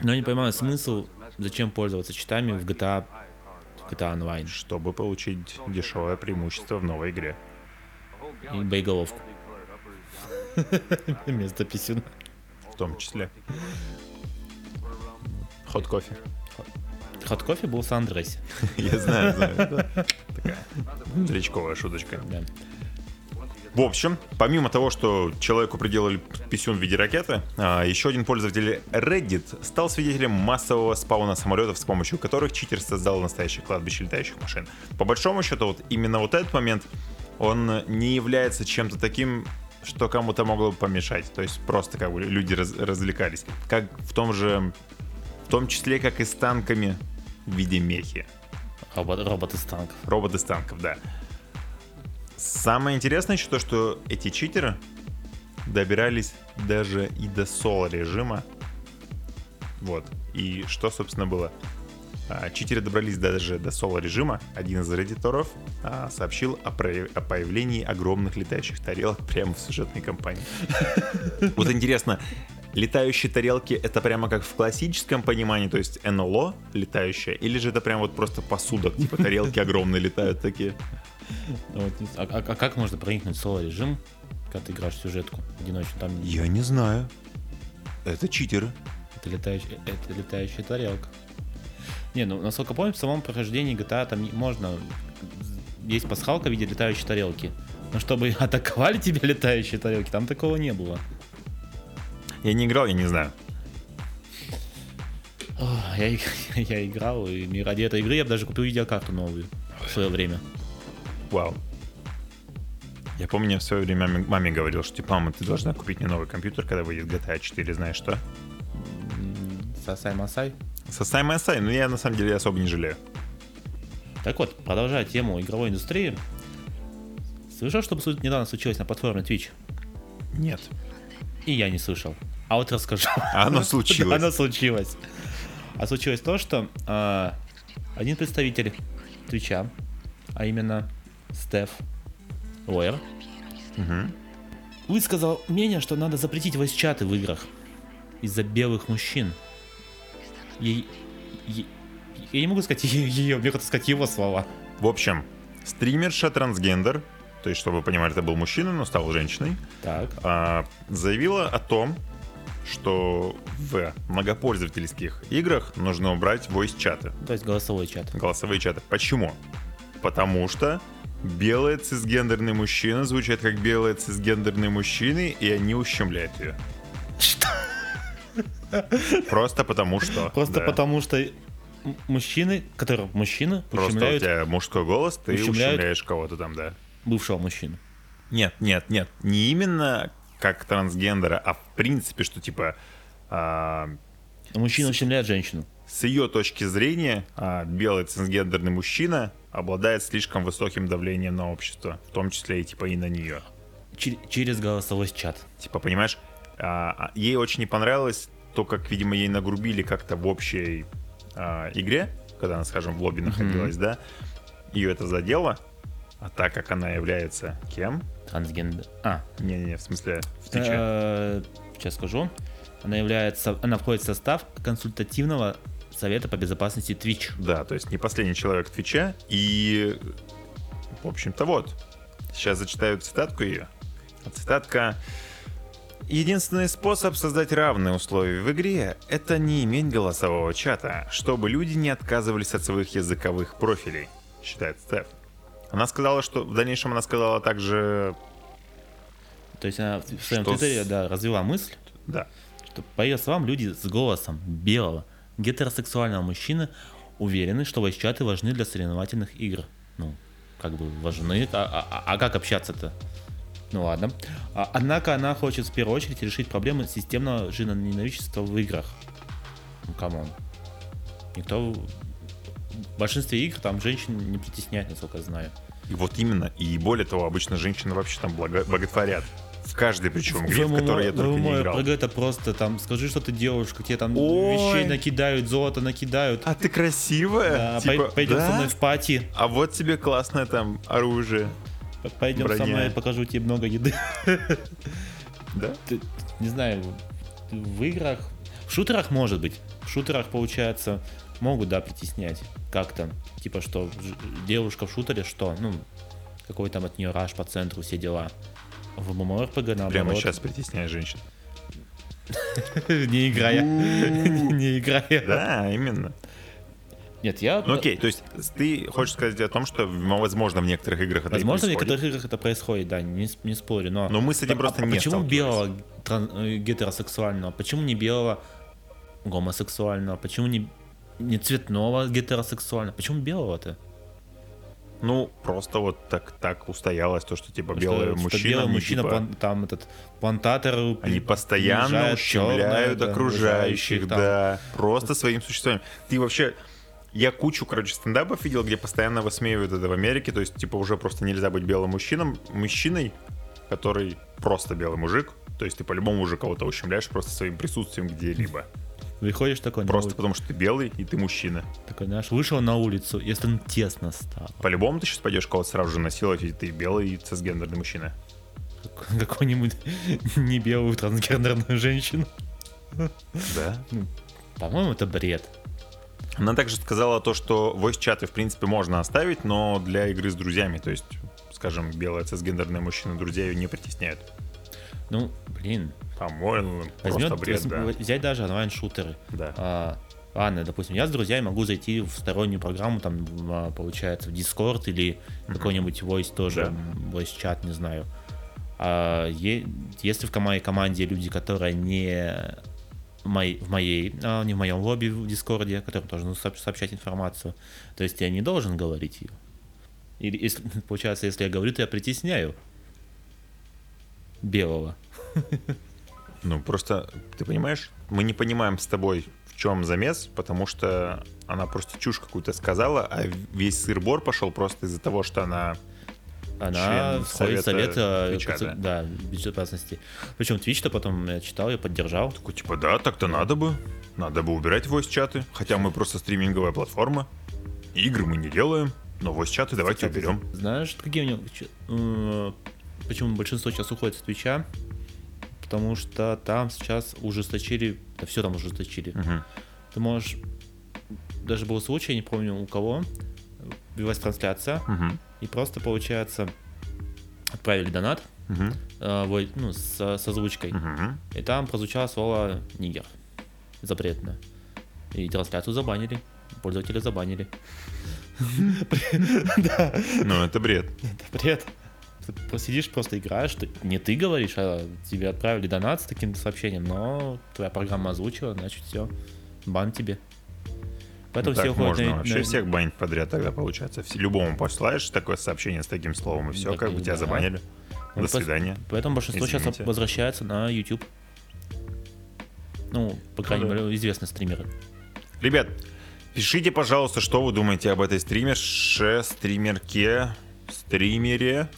[SPEAKER 1] Но я не понимаю смысл, зачем пользоваться читами в GTA, в GTA Online.
[SPEAKER 2] Чтобы получить дешевое преимущество в новой игре.
[SPEAKER 1] И боеголовку. Вместо писюна.
[SPEAKER 2] В том числе. Ход кофе.
[SPEAKER 1] Хот кофе был в Сан-Андреасе.
[SPEAKER 2] Я знаю, знаю. да. Такая зрячковая шуточка.
[SPEAKER 1] Да.
[SPEAKER 2] В общем, помимо того, что человеку приделали писюн в виде ракеты, а, еще один пользователь Reddit стал свидетелем массового спауна самолетов, с помощью которых читер создал настоящее кладбище летающих машин. По большому счету, вот именно вот этот момент, он не является чем-то таким что кому-то могло бы помешать. То есть просто как бы люди раз- развлекались. Как в том же, в том числе, как и с танками в виде мехи.
[SPEAKER 1] Робот, робот из танков.
[SPEAKER 2] Роботы с танков, да. Самое интересное еще то, что эти читеры добирались даже и до соло режима. Вот. И что, собственно, было? А, Читеры добрались даже до соло режима. Один из редиторов а, сообщил о, про- о появлении огромных летающих тарелок прямо в сюжетной кампании. Вот интересно, летающие тарелки это прямо как в классическом понимании, то есть НЛО летающее, или же это прям вот просто посудок, типа тарелки огромные летают такие?
[SPEAKER 1] Вот, не- а, а- а как можно проникнуть в соло режим, когда ты играешь в сюжетку одиночную? Там
[SPEAKER 2] Я не знаю. Это читеры.
[SPEAKER 1] это, летающая, это летающая тарелка. Не, ну насколько помню, в самом прохождении GTA там не- можно. Есть пасхалка в виде летающей тарелки. Но чтобы атаковали тебя летающие тарелки, там такого не было.
[SPEAKER 2] Я не играл, я не знаю.
[SPEAKER 1] Ох, я, иг- я играл, и не ради этой игры я бы даже купил видеокарту новую в свое время.
[SPEAKER 2] Вау. Я помню, я в свое время маме- маме говорил, что типа, мама, ты должна купить мне новый компьютер, когда выйдет GTA 4, знаешь что?
[SPEAKER 1] М, Сасай Масай.
[SPEAKER 2] Со Саймасай, но я на самом деле особо не жалею.
[SPEAKER 1] Так вот, продолжая тему игровой индустрии. Слышал, что су- недавно случилось на платформе Twitch?
[SPEAKER 2] Нет.
[SPEAKER 1] И я не слышал. А вот расскажу.
[SPEAKER 2] А оно случилось.
[SPEAKER 1] Оно случилось. А случилось то, что а, один представитель Твича, а именно Стеф Лойер,
[SPEAKER 2] Мгм.
[SPEAKER 1] высказал мнение, что надо запретить войс-чаты в играх из-за белых мужчин. Ей- е- я не могу сказать е- ее, мне хочется сказать его слова.
[SPEAKER 2] В общем, стримерша трансгендер, то есть, чтобы вы понимали, это был мужчина, но стал женщиной,
[SPEAKER 1] Так.
[SPEAKER 2] а, заявила о том, что в многопользовательских играх нужно убрать voice-чаты,
[SPEAKER 1] То есть голосовой чат.
[SPEAKER 2] голосовые чаты. Почему? Потому что белые цисгендерные мужчины звучат как белые цисгендерные мужчины, и они ущемляют ее.
[SPEAKER 1] Что?
[SPEAKER 2] Просто потому что.
[SPEAKER 1] Просто
[SPEAKER 2] да.
[SPEAKER 1] потому что м- мужчины, которые мужчины,
[SPEAKER 2] Просто
[SPEAKER 1] ущемляют
[SPEAKER 2] у тебя мужской голос, ты
[SPEAKER 1] ущемляют-
[SPEAKER 2] ущемляешь кого-то там, да.
[SPEAKER 1] бывшего мужчину.
[SPEAKER 2] Нет, нет, нет. Не именно как трансгендера, а в принципе, что типа а,
[SPEAKER 1] Мужчина ущемляет женщину.
[SPEAKER 2] с ее точки зрения а, белый трансгендерный мужчина обладает слишком высоким давлением на общество, в том числе и типа и на нее.
[SPEAKER 1] Чер- через голосовой чат.
[SPEAKER 2] Типа, понимаешь, а, а, ей очень не понравилось то, как, видимо, ей нагрубили как-то в общей а, игре, когда она, скажем, в лобби находилась, да, ее это задело. А так как она является кем?
[SPEAKER 1] Трансгендер. А,
[SPEAKER 2] Не-не-не, в смысле, в Твиче.
[SPEAKER 1] э, сейчас скажу. Она является, она входит в состав консультативного совета по безопасности Twitch.
[SPEAKER 2] Да, то есть не последний человек Твича. И, в общем-то, вот. Сейчас зачитаю цитатку ее. Цитатка. Единственный способ создать равные условия в игре — это не иметь голосового чата, чтобы люди не отказывались от своих языковых профилей, считает Стеф. Она сказала, что в дальнейшем она сказала также,
[SPEAKER 1] То есть она в в своем
[SPEAKER 2] Что с-
[SPEAKER 1] твиттере да, развела мысль,
[SPEAKER 2] да,
[SPEAKER 1] что, по ее словам, люди с голосом белого гетеросексуального мужчины уверены, что вайс-чаты важны для соревновательных игр. Ну, как бы важны. А, а- а как общаться-то? Ну ладно. А, однако она хочет в первую очередь решить проблемы системного ненавидчества в играх. Ну, камон. Никто... В большинстве игр там женщин не притесняет, насколько я знаю.
[SPEAKER 2] и вот именно, и более того, обычно женщины вообще там благо- боготворят. В каждой причем игре, в
[SPEAKER 1] ММО
[SPEAKER 2] которой я только не
[SPEAKER 1] ММО
[SPEAKER 2] играл.
[SPEAKER 1] RPG это просто там, скажи, что ты делаешь, как тебе там
[SPEAKER 2] Ой.
[SPEAKER 1] вещей накидают, золото накидают.
[SPEAKER 2] А ты красивая?
[SPEAKER 1] Да, пой-
[SPEAKER 2] Типа,
[SPEAKER 1] пойдем
[SPEAKER 2] «Да?
[SPEAKER 1] со мной в пати,
[SPEAKER 2] А вот тебе классное там оружие.
[SPEAKER 1] п- пойдем
[SPEAKER 2] Броня.
[SPEAKER 1] со мной, покажу тебе много еды.
[SPEAKER 2] Да?
[SPEAKER 1] Ты- Не знаю, в играх, в шутерах может быть, в шутерах получается могут да притеснять как-то, типа что ж- девушка в шутере что, ну какой там от нее раш по центру все дела. В MMORPG наоборот.
[SPEAKER 2] Прямо сейчас притесняешь женщин.
[SPEAKER 1] Не играя. Не играя.
[SPEAKER 2] Да, именно.
[SPEAKER 1] Нет, я...
[SPEAKER 2] Ну окей, то есть ты хочешь сказать о том, что, м, возможно, в некоторых играх это и
[SPEAKER 1] Возможно, в
[SPEAKER 2] происходит. Ну,
[SPEAKER 1] некоторых играх это происходит, да, не, с- не спорю, но...
[SPEAKER 2] Но мы с этим
[SPEAKER 1] А-
[SPEAKER 2] просто
[SPEAKER 1] а
[SPEAKER 2] не
[SPEAKER 1] почему
[SPEAKER 2] сталкивались.
[SPEAKER 1] белого тран- э, гетеросексуального? Почему не белого гомосексуального? Почему не, не цветного гетеросексуального? Почему белого-то?
[SPEAKER 2] Ну, просто вот так, так устоялось то, что типа
[SPEAKER 1] Что-
[SPEAKER 2] белые
[SPEAKER 1] что
[SPEAKER 2] мужчины,
[SPEAKER 1] белый
[SPEAKER 2] они,
[SPEAKER 1] мужчина,
[SPEAKER 2] типа,
[SPEAKER 1] план- там этот плантатор.
[SPEAKER 2] они
[SPEAKER 1] при-
[SPEAKER 2] постоянно
[SPEAKER 1] унижает чёрное,
[SPEAKER 2] ущемляют
[SPEAKER 1] да,
[SPEAKER 2] окружающих,
[SPEAKER 1] там.
[SPEAKER 2] да, просто своим существованием. Ты вообще... Я кучу, короче, стендапов видел, где постоянно высмеивают это в Америке, то есть, типа, уже просто нельзя быть белым мужчином, мужчиной, который просто белый мужик, то есть ты по-любому уже кого-то ущемляешь просто своим присутствием где-либо.
[SPEAKER 1] Выходишь такой, на
[SPEAKER 2] Просто
[SPEAKER 1] улицу,
[SPEAKER 2] потому, что ты белый и ты мужчина.
[SPEAKER 1] такой, знаешь, вышел на улицу, если он тесно стало.
[SPEAKER 2] По-любому ты сейчас пойдешь кого-то сразу же насиловать, и ты белый и цисгендерный мужчина.
[SPEAKER 1] Как- Какую-нибудь не белую трансгендерную женщину.
[SPEAKER 2] Да.
[SPEAKER 1] По-моему, это бред.
[SPEAKER 2] Она также сказала то, что voice-чаты, в принципе, можно оставить, но для игры с друзьями, то есть, скажем, белые цисгендерные мужчины друзей не притесняют.
[SPEAKER 1] Ну, блин.
[SPEAKER 2] По-моему,
[SPEAKER 1] Возьмет,
[SPEAKER 2] просто бред,
[SPEAKER 1] возьм-
[SPEAKER 2] да.
[SPEAKER 1] взять даже онлайн-шутеры.
[SPEAKER 2] Да.
[SPEAKER 1] А, ладно, допустим, я с друзьями могу зайти в стороннюю программу, там, в, а, получается, в Discord или какой-нибудь voice тоже,
[SPEAKER 2] Да.
[SPEAKER 1] м, voice чат, не знаю. А, е- если в моей команде люди, которые не мои- в моей, а, не в моем лобби в Дискорде, которым тоже нужно сооб- сообщать информацию, то есть я не должен говорить ее. Или, если- получается, если я говорю, то я притесняю белого.
[SPEAKER 2] Ну, просто, ты понимаешь, мы не понимаем с тобой, в чем замес, потому что она просто чушь какую-то сказала, а весь сыр-бор пошел просто из-за того, что она...
[SPEAKER 1] Она входит
[SPEAKER 2] Член
[SPEAKER 1] в совет
[SPEAKER 2] совета
[SPEAKER 1] э,
[SPEAKER 2] Твича,
[SPEAKER 1] конце- да, безопасности. Причем Твич-то потом я читал, я поддержал.
[SPEAKER 2] Такой, типа, да, так-то надо бы. Надо бы убирать voice-чаты, хотя мы просто стриминговая платформа. и Игры мы не делаем, но voice-чаты давайте
[SPEAKER 1] Кстати,
[SPEAKER 2] уберем.
[SPEAKER 1] Знаешь, какие у него... ч- э, Почему большинство сейчас уходит с Твича? Потому что там сейчас ужесточили... Да все там ужесточили.
[SPEAKER 2] Мгм.
[SPEAKER 1] Ты можешь... Даже был случай, я не помню у кого, велась трансляция,
[SPEAKER 2] Мгм.
[SPEAKER 1] и просто, получается, отправили донат
[SPEAKER 2] Мгм.
[SPEAKER 1] э, вой- ну, с, с озвучкой.
[SPEAKER 2] Мгм.
[SPEAKER 1] И там прозвучало слово «нигер». Запретно. И трансляцию забанили. Пользователя забанили. Да,
[SPEAKER 2] Ну, это бред.
[SPEAKER 1] это бред. Ты просто сидишь, просто играешь. ты- Не ты говоришь, а тебе отправили донат с таким сообщением, но твоя программа озвучила, значит все. Бан тебе. Поэтому
[SPEAKER 2] Ну так
[SPEAKER 1] все уходят
[SPEAKER 2] можно
[SPEAKER 1] на-
[SPEAKER 2] вообще
[SPEAKER 1] на-
[SPEAKER 2] всех банить подряд тогда получается. Вс- Любому посылаешь такое сообщение с таким словом, и все,
[SPEAKER 1] Так
[SPEAKER 2] как
[SPEAKER 1] и
[SPEAKER 2] бы тебя
[SPEAKER 1] да.
[SPEAKER 2] забанили.
[SPEAKER 1] Ну,
[SPEAKER 2] До
[SPEAKER 1] пос-
[SPEAKER 2] свидания.
[SPEAKER 1] Поэтому большинство сейчас
[SPEAKER 2] Извините.
[SPEAKER 1] возвращается на YouTube. Ну, по крайней
[SPEAKER 2] да.
[SPEAKER 1] мере, известные стримеры.
[SPEAKER 2] Ребят, пишите, пожалуйста, что вы думаете об этой стримерше, стримерке, стримере.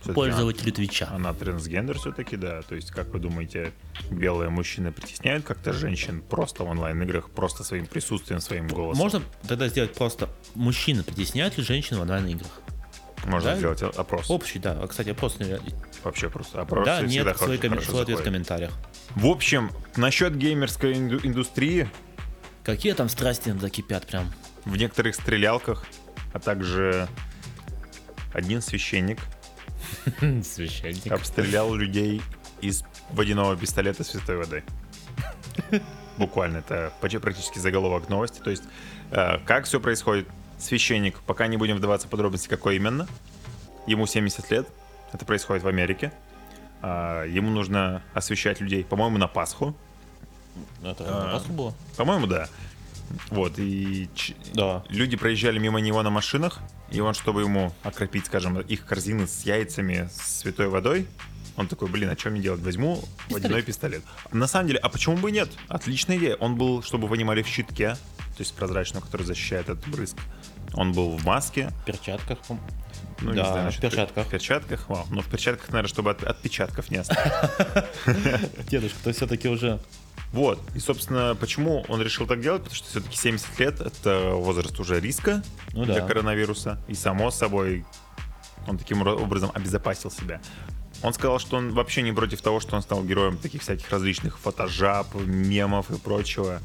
[SPEAKER 2] Всё-таки
[SPEAKER 1] Пользователи Твича.
[SPEAKER 2] Она, она трансгендер все-таки, да. То есть, как вы думаете, белые мужчины притесняют как-то женщин просто в онлайн-играх, просто своим присутствием, своим голосом?
[SPEAKER 1] Можно тогда сделать просто мужчины притесняют ли женщин в онлайн-играх?
[SPEAKER 2] Можно
[SPEAKER 1] да?
[SPEAKER 2] сделать опрос.
[SPEAKER 1] Общий, да. А, Кстати, опрос наверно,
[SPEAKER 2] Вообще просто опрос.
[SPEAKER 1] да,
[SPEAKER 2] всегда
[SPEAKER 1] нет,
[SPEAKER 2] хорошо-
[SPEAKER 1] свой, коммен-
[SPEAKER 2] хорошо
[SPEAKER 1] свой ответ в
[SPEAKER 2] заходит.
[SPEAKER 1] комментариях.
[SPEAKER 2] В общем, насчет геймерской инду- индустрии,
[SPEAKER 1] Какие там страсти закипят прям.
[SPEAKER 2] в некоторых стрелялках, а также один священник
[SPEAKER 1] Священник.
[SPEAKER 2] обстрелял людей из водяного пистолета святой воды. Буквально это почти практически заголовок новости. То есть, э, как все происходит? Священник, пока не будем вдаваться в подробности, какой именно. Ему 70 лет. Это происходит в Америке. А, Ему нужно освещать людей, по-моему, на Пасху.
[SPEAKER 1] Ну, Это
[SPEAKER 2] А.
[SPEAKER 1] на Пасху было?
[SPEAKER 2] По-моему, да. Вот, и ч-
[SPEAKER 1] Да.
[SPEAKER 2] люди проезжали мимо него на машинах, и он, чтобы ему окропить, скажем, их корзины с яйцами, с святой водой, он такой, блин, а что мне делать? Возьму водяной пистолет. На самом деле, а почему бы и нет? Отличная идея. Он был, чтобы вы понимали, в щитке, то есть прозрачном, который защищает от брызг. Он был в маске.
[SPEAKER 1] В перчатках. по-
[SPEAKER 2] Ну, не
[SPEAKER 1] Да,
[SPEAKER 2] знаю,
[SPEAKER 1] в
[SPEAKER 2] насчет пер-
[SPEAKER 1] перчатках.
[SPEAKER 2] В перчатках, вау. Но в перчатках, наверное, чтобы от- отпечатков не осталось.
[SPEAKER 1] Дедушка, то все-таки уже...
[SPEAKER 2] Вот. И, собственно, почему он решил так делать? Потому что все-таки 70 лет — это возраст уже риска
[SPEAKER 1] Ну
[SPEAKER 2] для
[SPEAKER 1] да.
[SPEAKER 2] коронавируса. И, само собой, он таким ро- образом обезопасил себя. Он сказал, что он вообще не против того, что он стал героем таких всяких различных фотожаб, мемов и прочего.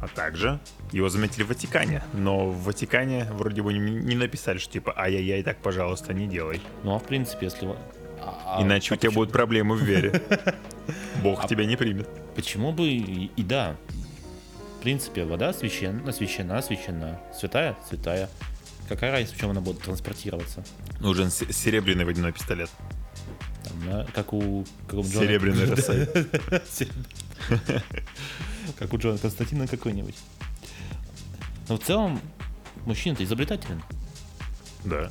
[SPEAKER 2] А также его заметили в Ватикане. Но в Ватикане вроде бы не- не написали, что типа «Ай-яй-яй, так, пожалуйста, не делай».
[SPEAKER 1] Ну а в принципе, если... вы- А- а
[SPEAKER 2] Иначе у тебя будут проблемы в вере. Бог тебя не примет.
[SPEAKER 1] Почему бы и, и да? В принципе, вода священна, священа, священа. Святая, святая. Какая разница, в чем она будет транспортироваться?
[SPEAKER 2] Нужен се- серебряный водяной пистолет.
[SPEAKER 1] Там, да, как у... Как у Джона-
[SPEAKER 2] Серебряный рассадник.
[SPEAKER 1] Серебряный. Как у Джона Константина какой-нибудь. Но в целом, мужчина-то изобретателен.
[SPEAKER 2] Да.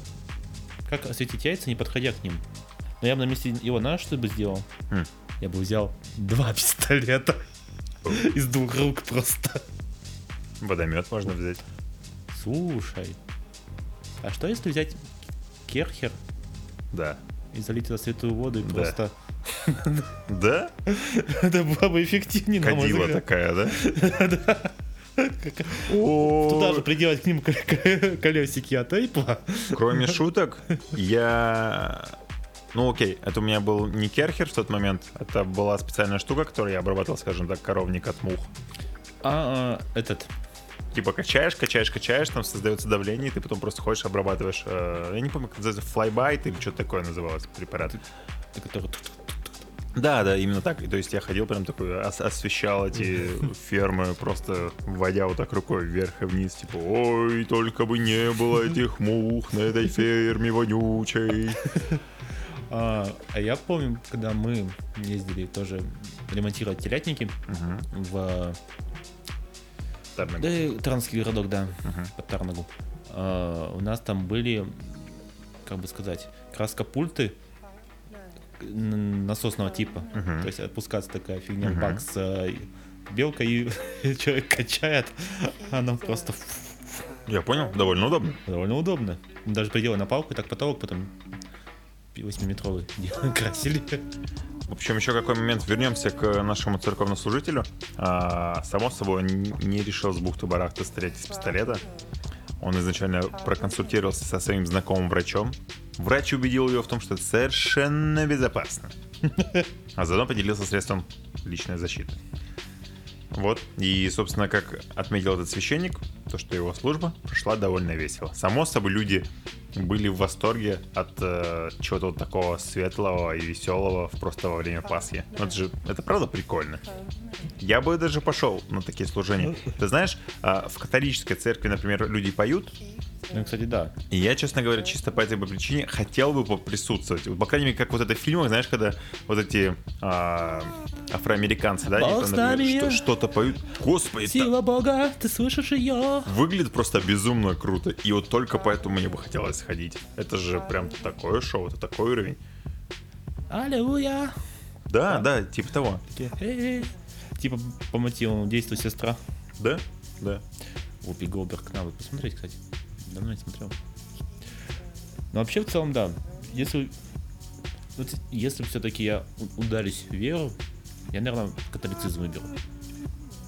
[SPEAKER 1] Как осветить яйца, не подходя к ним? Но я бы на месте его, знаешь, что бы сделал?
[SPEAKER 2] М.
[SPEAKER 1] Я бы взял два пистолета из двух рук просто.
[SPEAKER 2] Водомет можно взять.
[SPEAKER 1] Слушай, а что если взять керхер
[SPEAKER 2] Да.
[SPEAKER 1] и залить туда святую воду и
[SPEAKER 2] Да.
[SPEAKER 1] просто...
[SPEAKER 2] Да?
[SPEAKER 1] Это было бы эффективнее, на мой
[SPEAKER 2] Кадила
[SPEAKER 1] взгляд.
[SPEAKER 2] такая, да?
[SPEAKER 1] Как- Туда же
[SPEAKER 2] О,
[SPEAKER 1] приделать к ним к- к- колесики а от Apple.
[SPEAKER 2] Кроме шуток, я... Ну окей, это у меня был не керхер в тот момент, это была специальная штука, которую я обрабатывал, скажем так, коровник от мух.
[SPEAKER 1] А, а, этот...
[SPEAKER 2] Типа качаешь, качаешь, качаешь, там создается давление, и ты потом просто ходишь, обрабатываешь. э, я не помню, как это называется, флайбайт или что-то такое называлось препарат.
[SPEAKER 1] который-
[SPEAKER 2] Да, да, именно так. И То есть я ходил прям такой, ос- освещал эти фермы, просто вводя вот так рукой вверх и вниз, типа, ой, только бы не было этих мух на этой ферме вонючей.
[SPEAKER 1] А а я помню, когда мы ездили тоже ремонтировать телятники
[SPEAKER 2] Мгм.
[SPEAKER 1] в
[SPEAKER 2] Тарный
[SPEAKER 1] да, и Таранский городок, да,
[SPEAKER 2] Мгм.
[SPEAKER 1] под Тарнагу. А, у нас там были, как бы сказать, краскопульты н- насосного типа.
[SPEAKER 2] Мгм.
[SPEAKER 1] То есть отпускаться такая фигня,
[SPEAKER 2] Мгм.
[SPEAKER 1] бак с а, белкой, и человек качает, а нам просто фу,
[SPEAKER 2] Я понял, довольно удобно.
[SPEAKER 1] довольно удобно. Мы Даже приделали на палку, и так потолок потом 8-метровый красили.
[SPEAKER 2] В общем, еще какой момент. Вернемся к э, нашему церковнослужителю. А, само собой, он не решил с бухты-барахта стрелять из пистолета. Он изначально проконсультировался со своим знакомым врачом. Врач убедил его в том, что это совершенно безопасно. А заодно поделился средством личной защиты. Вот. И, собственно, как отметил этот священник, то, что его служба прошла довольно весело. Само собой, люди были в восторге от э, чего-то вот такого светлого и веселого в- просто во время Пасхи. Ну, Это же, это правда прикольно. Я бы даже пошел на такие служения. Ты знаешь, а, в католической церкви, например, люди поют,
[SPEAKER 1] Ну, кстати, да.
[SPEAKER 2] и я, честно говоря, чисто по этой бы причине хотел бы поприсутствовать. Вот, По крайней мере, как вот это в фильмах, знаешь, когда вот эти а, афроамериканцы, да, они там,
[SPEAKER 1] Бог с
[SPEAKER 2] например,
[SPEAKER 1] нами.
[SPEAKER 2] что- что-то поют. Господи, так
[SPEAKER 1] Сила Бога, ты слышишь ее?
[SPEAKER 2] выглядит просто безумно круто. И вот только поэтому мне бы хотелось сходить. Это же прям такое шоу, это такой уровень.
[SPEAKER 1] Аллилуйя!
[SPEAKER 2] Да, да, типа того.
[SPEAKER 1] Такие, «Э-э-э». Типа по мотивам действует сестра.
[SPEAKER 2] Да? Да.
[SPEAKER 1] Вупи Голберг надо будет посмотреть, кстати. Давно не смотрел. Но вообще в целом, да. Если, вот если все-таки я у- ударюсь в веру, я, наверное, католицизм выберу.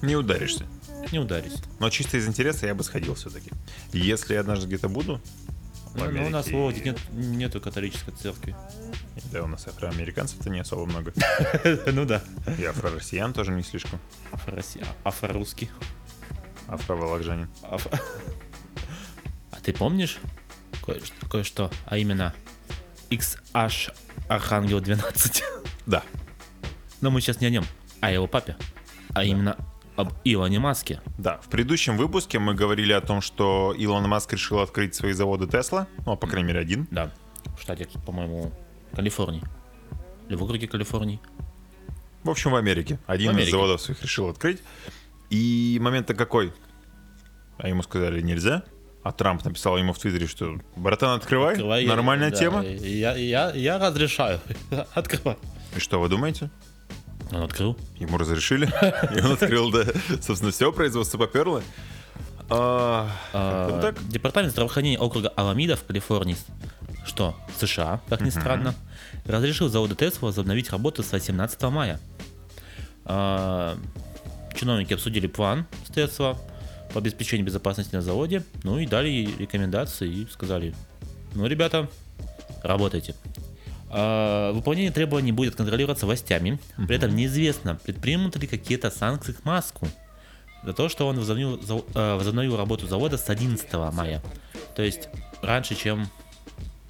[SPEAKER 2] Не ударишься.
[SPEAKER 1] Не ударюсь.
[SPEAKER 2] Но чисто из интереса я бы сходил все-таки. Если я однажды где-то буду, в
[SPEAKER 1] Но, Ну, у нас
[SPEAKER 2] Америке-
[SPEAKER 1] вроде нет, нету католической церкви.
[SPEAKER 2] Да, у нас афроамериканцев-то не особо много.
[SPEAKER 1] Ну да.
[SPEAKER 2] И афро-россиян тоже не слишком.
[SPEAKER 1] Афро-россия- Афро-русский.
[SPEAKER 2] Афро-вологжанин.
[SPEAKER 1] Аф- А ты помнишь кое-что, кое-что а именно XH Архангел 12?
[SPEAKER 2] Да.
[SPEAKER 1] Но мы сейчас не о нем, а о его папе. А именно об Илоне Маске.
[SPEAKER 2] Да, в предыдущем выпуске мы говорили о том, что Илон Маск решил открыть свои заводы Тесла, ну, а по крайней мере, один.
[SPEAKER 1] Да, в штате, по-моему, Калифорнии. Или в округе Калифорнии.
[SPEAKER 2] В общем, в Америке. Один
[SPEAKER 1] В Америке.
[SPEAKER 2] из заводов своих решил открыть. И момент-то какой? А ему сказали, нельзя. А Трамп написал ему в Твиттере, что «Братан, открывай,
[SPEAKER 1] Открывай,
[SPEAKER 2] нормальная
[SPEAKER 1] да,
[SPEAKER 2] тема».
[SPEAKER 1] Я, я, я разрешаю. Открывай.
[SPEAKER 2] И что вы думаете?
[SPEAKER 1] Он открыл.
[SPEAKER 2] Ему разрешили, и он открыл, да. Собственно, все, производство поперло. А,
[SPEAKER 1] А,
[SPEAKER 2] как-то так.
[SPEAKER 1] Департамент здравоохранения округа Аламида в Калифорнии, что в США, как ни странно, разрешил заводу Тесла возобновить работу с 18 мая. А, Чиновники обсудили план с Тесла по обеспечению безопасности на заводе, ну и дали ей рекомендации и сказали, ну, ребята, работайте. А, Выполнение требований будет контролироваться властями. При этом неизвестно, предпримут ли какие-то санкции к Маску за то, что он возобновил, зав- э, возобновил работу завода с 11 мая. То есть раньше, чем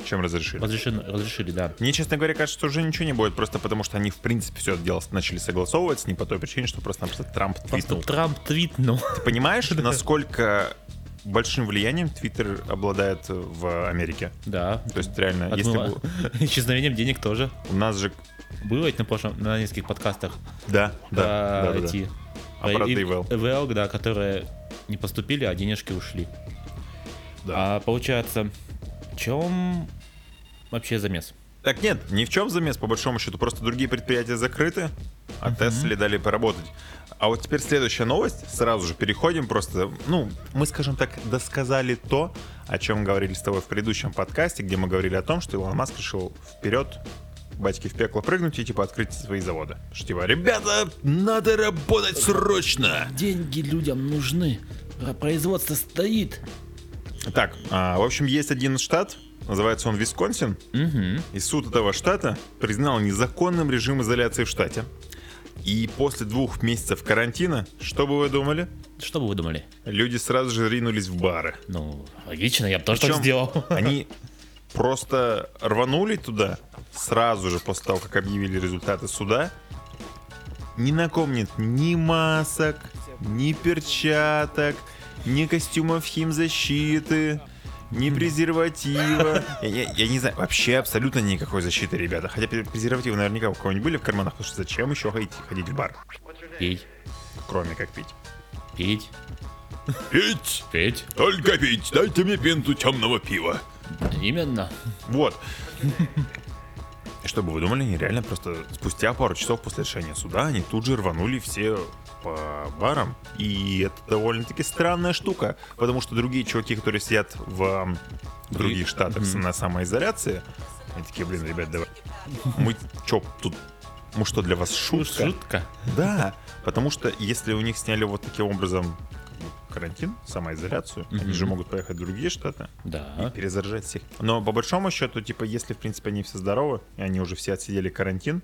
[SPEAKER 2] Чем разрешили?
[SPEAKER 1] разрешен- разрешили, да.
[SPEAKER 2] Мне, честно говоря, кажется, что уже ничего не будет, просто потому что они, в принципе, все это дело начали согласовывать, не по той причине, что просто просто Трамп
[SPEAKER 1] Просто
[SPEAKER 2] твитнул.
[SPEAKER 1] Трамп твитнул.
[SPEAKER 2] Ты понимаешь, насколько большим влиянием Твиттер обладает в Америке?
[SPEAKER 1] Да.
[SPEAKER 2] То есть реально, если
[SPEAKER 1] Отмыло.
[SPEAKER 2] бы
[SPEAKER 1] Исчезновением денег тоже.
[SPEAKER 2] у нас же...
[SPEAKER 1] Было ведь на прошлом, на нескольких подкастах.
[SPEAKER 2] Да, да,
[SPEAKER 1] про
[SPEAKER 2] да, А да, да.
[SPEAKER 1] эти- про
[SPEAKER 2] Аппараты
[SPEAKER 1] и-
[SPEAKER 2] Ивел.
[SPEAKER 1] Ивел, да, которые не поступили, а денежки ушли.
[SPEAKER 2] Да.
[SPEAKER 1] А получается, В чем вообще замес?
[SPEAKER 2] Так нет, ни в чем замес, по большому счету. Просто другие предприятия закрыты, а
[SPEAKER 1] Мгм.
[SPEAKER 2] Тесле дали поработать. А вот теперь следующая новость. Сразу же переходим просто. Ну, мы, скажем так, досказали то, о чем говорили с тобой в предыдущем подкасте, где мы говорили о том, что Илон Маск решил вперед батьки в пекло прыгнуть и типа открыть свои заводы. Что типа, ребята, надо работать срочно!
[SPEAKER 1] Деньги людям нужны. Производство стоит.
[SPEAKER 2] Так, а, в общем, есть один штат, называется он Висконсин.
[SPEAKER 1] Угу.
[SPEAKER 2] И суд этого штата признал незаконным режим изоляции в штате. И после двух месяцев карантина, что бы вы думали?
[SPEAKER 1] Что бы вы думали?
[SPEAKER 2] Люди сразу же ринулись в бары.
[SPEAKER 1] Ну, логично, я бы тоже так
[SPEAKER 2] Причем
[SPEAKER 1] сделал.
[SPEAKER 2] Они просто рванули туда сразу же после того, как объявили результаты суда. Ни на ком нет ни масок, ни перчаток, ни костюмов химзащиты, ни презерватива. Я, я- я не знаю, вообще абсолютно никакой защиты, ребята. Хотя пр- презервативы наверняка у кого-нибудь были в карманах, потому что зачем еще ходить, ходить в бар,
[SPEAKER 1] Петь,
[SPEAKER 2] кроме как пить?
[SPEAKER 1] петь,
[SPEAKER 2] Пить!
[SPEAKER 1] петь.
[SPEAKER 2] Только пить! Дайте мне пинту темного пива!
[SPEAKER 1] Именно.
[SPEAKER 2] Вот. И Что бы вы думали, они реально просто спустя пару часов после решения суда они тут же рванули все по барам. И это довольно-таки странная штука, потому что другие чуваки, которые сидят в ам, других штатах с- на самоизоляции, они такие, блин, ребят, давай. Мы чё тут, мы что, для вас шутка?
[SPEAKER 1] Шутка.
[SPEAKER 2] Да, потому что если у них сняли вот таким образом как бы, карантин, самоизоляцию, они
[SPEAKER 1] Мгм.
[SPEAKER 2] же могут поехать в другие штаты, и
[SPEAKER 1] Да.
[SPEAKER 2] перезаражать всех. Но по большому счету, типа, если, в принципе, они все здоровы, и они уже все отсидели карантин,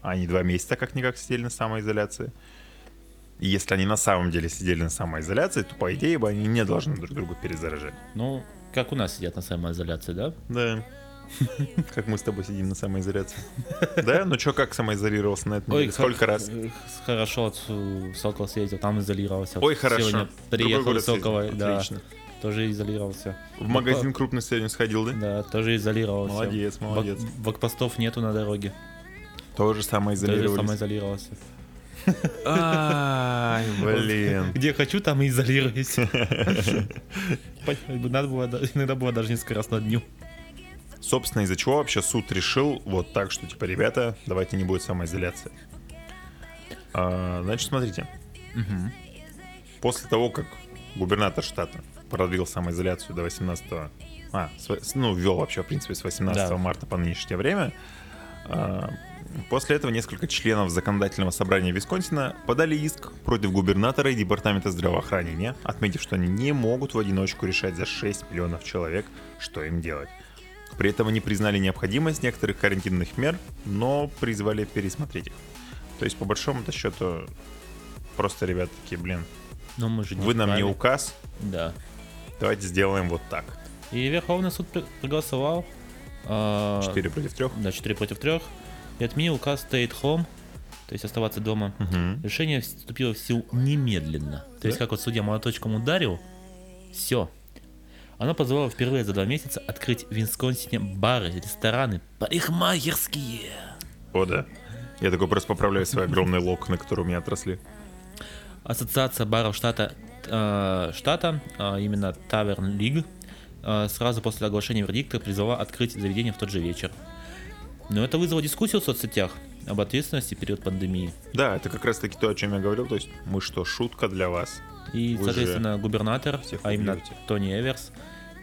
[SPEAKER 2] а они два месяца как-никак сидели на самоизоляции, и если они на самом деле сидели на самоизоляции, то, по идее, бы они не должны друг друга перезаражать.
[SPEAKER 1] Ну, как у нас сидят на самоизоляции, да?
[SPEAKER 2] Да. Как мы с тобой сидим на самоизоляции. Да? Ну чё, как самоизолировался на этом?
[SPEAKER 1] Ой,
[SPEAKER 2] Сколько
[SPEAKER 1] хо-
[SPEAKER 2] раз?
[SPEAKER 1] э, Хорошо, от э, Сокол съездил, там изолировался.
[SPEAKER 2] Ой,
[SPEAKER 1] Сегодня
[SPEAKER 2] хорошо. Другой
[SPEAKER 1] Приехал
[SPEAKER 2] город
[SPEAKER 1] из Сокола,
[SPEAKER 2] съездил.
[SPEAKER 1] да. Ну,
[SPEAKER 2] Отлично.
[SPEAKER 1] Тоже изолировался.
[SPEAKER 2] В магазин крупный сегодня сходил, да?
[SPEAKER 1] Да, тоже изолировался.
[SPEAKER 2] Молодец,
[SPEAKER 1] Бак-
[SPEAKER 2] молодец.
[SPEAKER 1] Бакпостов нету на дороге.
[SPEAKER 2] Тоже
[SPEAKER 1] Тоже
[SPEAKER 2] самоизолировались.
[SPEAKER 1] самоизолировался.
[SPEAKER 2] Ай, блин.
[SPEAKER 1] Где хочу, там и изолируюсь. Понятно, Надо было, да- иногда было даже несколько раз на дню.
[SPEAKER 2] Собственно, из-за чего вообще суд решил вот так, что типа, ребята, давайте не будет самоизоляции. А, значит, смотрите. После того, как губернатор штата продлил самоизоляцию до 18 а, с во- с- ну, ввел вообще, в принципе, с 18
[SPEAKER 1] Да.
[SPEAKER 2] марта по нынешнее время, а, после этого несколько членов законодательного собрания Висконсина подали иск против губернатора и департамента здравоохранения, отметив, что они не могут в одиночку решать за 6 миллионов человек, что им делать. При этом они признали необходимость некоторых карантинных мер, но призвали пересмотреть их. То есть, по большому-то счету, просто ребята такие, блин,
[SPEAKER 1] Но мы же не
[SPEAKER 2] вы нам Ну, не
[SPEAKER 1] вправе.
[SPEAKER 2] указ,
[SPEAKER 1] Ну, Да.
[SPEAKER 2] давайте сделаем вот так.
[SPEAKER 1] И Верховный суд при- проголосовал. а,
[SPEAKER 2] 4 против 3.
[SPEAKER 1] Да, 4 против 3. И отменил указ Stay at Home, то есть оставаться дома. Решение вступило в силу немедленно. То есть,
[SPEAKER 2] Да?
[SPEAKER 1] как вот судья молоточком ударил, все. Оно позволило впервые за два месяца открыть в Висконсине бары, рестораны, парикмахерские.
[SPEAKER 2] О, да. Я такой просто поправляю свои огромные локоны, которые у меня отросли.
[SPEAKER 1] Ассоциация баров штата, э, штата э, именно Tavern League, э, сразу после оглашения вердикта призвала открыть заведение в тот же вечер. Но это вызвало дискуссию в соцсетях об ответственности в период пандемии.
[SPEAKER 2] Да, это как раз таки то, о чем я говорил. То есть, мы что, шутка для вас?
[SPEAKER 1] И,
[SPEAKER 2] Вы же
[SPEAKER 1] соответственно, губернатор,
[SPEAKER 2] всех
[SPEAKER 1] а именно
[SPEAKER 2] убьете.
[SPEAKER 1] Тони Эверс,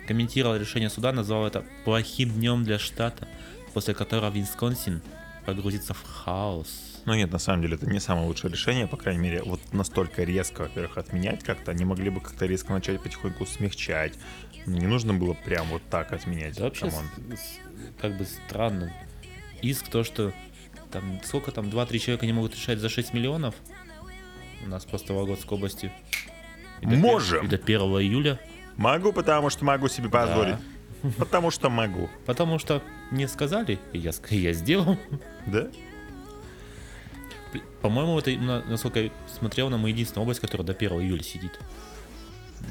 [SPEAKER 1] комментировал решение суда, назвал это плохим днем для штата, после которого Висконсин погрузится в хаос.
[SPEAKER 2] Ну нет, на самом деле это не самое лучшее решение, по крайней мере, вот настолько резко, во-первых, отменять как-то, они могли бы как-то резко начать потихоньку смягчать. Не нужно было прям вот так отменять.
[SPEAKER 1] Это вообще
[SPEAKER 2] камон.
[SPEAKER 1] с- с- как бы странно. Иск то, что там сколько там, 2-3 человека не могут решать за 6 миллионов у нас просто в Вологодской области. И до пер-
[SPEAKER 2] Можем.
[SPEAKER 1] и до 1 июля.
[SPEAKER 2] Могу, потому что могу себе
[SPEAKER 1] Да.
[SPEAKER 2] позволить. Потому что могу.
[SPEAKER 1] Потому что мне сказали, и я, ск- и я сделал.
[SPEAKER 2] Да?
[SPEAKER 1] По-моему, это, именно, насколько я смотрел, на мы единственная область, которая до 1 июля сидит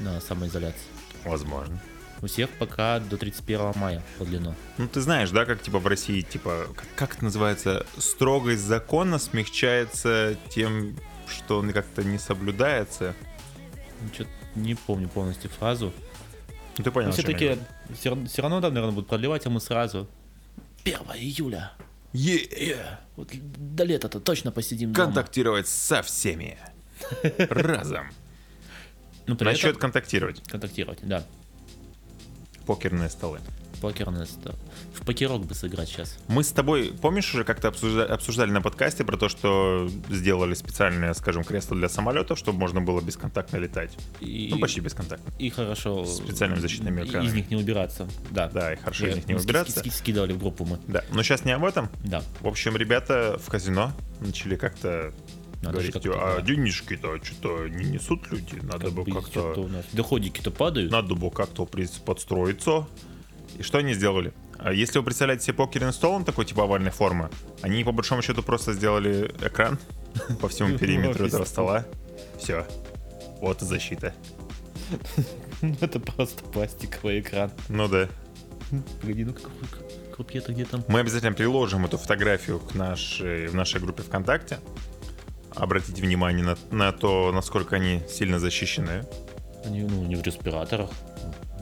[SPEAKER 1] на самоизоляции.
[SPEAKER 2] Возможно.
[SPEAKER 1] У всех пока до 31 мая продлено.
[SPEAKER 2] Ну, ты знаешь, да, как типа в России, типа, как, как это называется, строгость закона смягчается тем, что он как-то не соблюдается.
[SPEAKER 1] Ну, Чё-то не помню полностью фразу.
[SPEAKER 2] Ну, ты понял,
[SPEAKER 1] Но
[SPEAKER 2] о чём я
[SPEAKER 1] все-таки
[SPEAKER 2] говорю.
[SPEAKER 1] все, равно, да, наверное, будут продлевать ему сразу. 1 июля. Е, Вот до лета-то точно посидим дома.
[SPEAKER 2] э, Контактировать со всеми. Разом.
[SPEAKER 1] Ну, при
[SPEAKER 2] Насчет
[SPEAKER 1] этом
[SPEAKER 2] контактировать.
[SPEAKER 1] контактировать, да.
[SPEAKER 2] Покерные столы.
[SPEAKER 1] Покер у нас, да. В покерок бы сыграть сейчас.
[SPEAKER 2] Мы с тобой, помнишь, уже как-то обсужда- обсуждали на подкасте про то, что сделали специальное, скажем, кресло для самолетов, чтобы можно было бесконтактно летать.
[SPEAKER 1] И,
[SPEAKER 2] Ну, почти бесконтактно.
[SPEAKER 1] И хорошо...
[SPEAKER 2] С специальными защитными
[SPEAKER 1] и-
[SPEAKER 2] экранами.
[SPEAKER 1] Из них не убираться, да.
[SPEAKER 2] Да, и хорошо из
[SPEAKER 1] Я-
[SPEAKER 2] них не
[SPEAKER 1] мы ски-
[SPEAKER 2] убираться.
[SPEAKER 1] ски- Скидывали в группу мы,
[SPEAKER 2] Да, но сейчас не об этом.
[SPEAKER 1] да.
[SPEAKER 2] В общем, ребята в казино начали как-то
[SPEAKER 1] Надо же
[SPEAKER 2] говорить,
[SPEAKER 1] как-то,
[SPEAKER 2] а
[SPEAKER 1] да.
[SPEAKER 2] денежки-то что-то не несут люди, надо бы
[SPEAKER 1] бы
[SPEAKER 2] как-то...
[SPEAKER 1] что-то у нас. Доходики-то падают.
[SPEAKER 2] Надо было как-то, в принципе, подстроиться. И что они сделали? А Если вы представляете себе покерный стол, он такой типа овальной формы, они по большому счету просто сделали экран по всему периметру этого стола. Все. Вот и защита.
[SPEAKER 1] Это просто пластиковый экран.
[SPEAKER 2] Ну да.
[SPEAKER 1] Погоди, ну какой к- крупье-то где там?
[SPEAKER 2] Мы обязательно приложим эту фотографию к нашей, в нашей группе ВКонтакте. Обратите внимание на, на то, насколько они сильно защищены.
[SPEAKER 1] Они, ну, не в респираторах.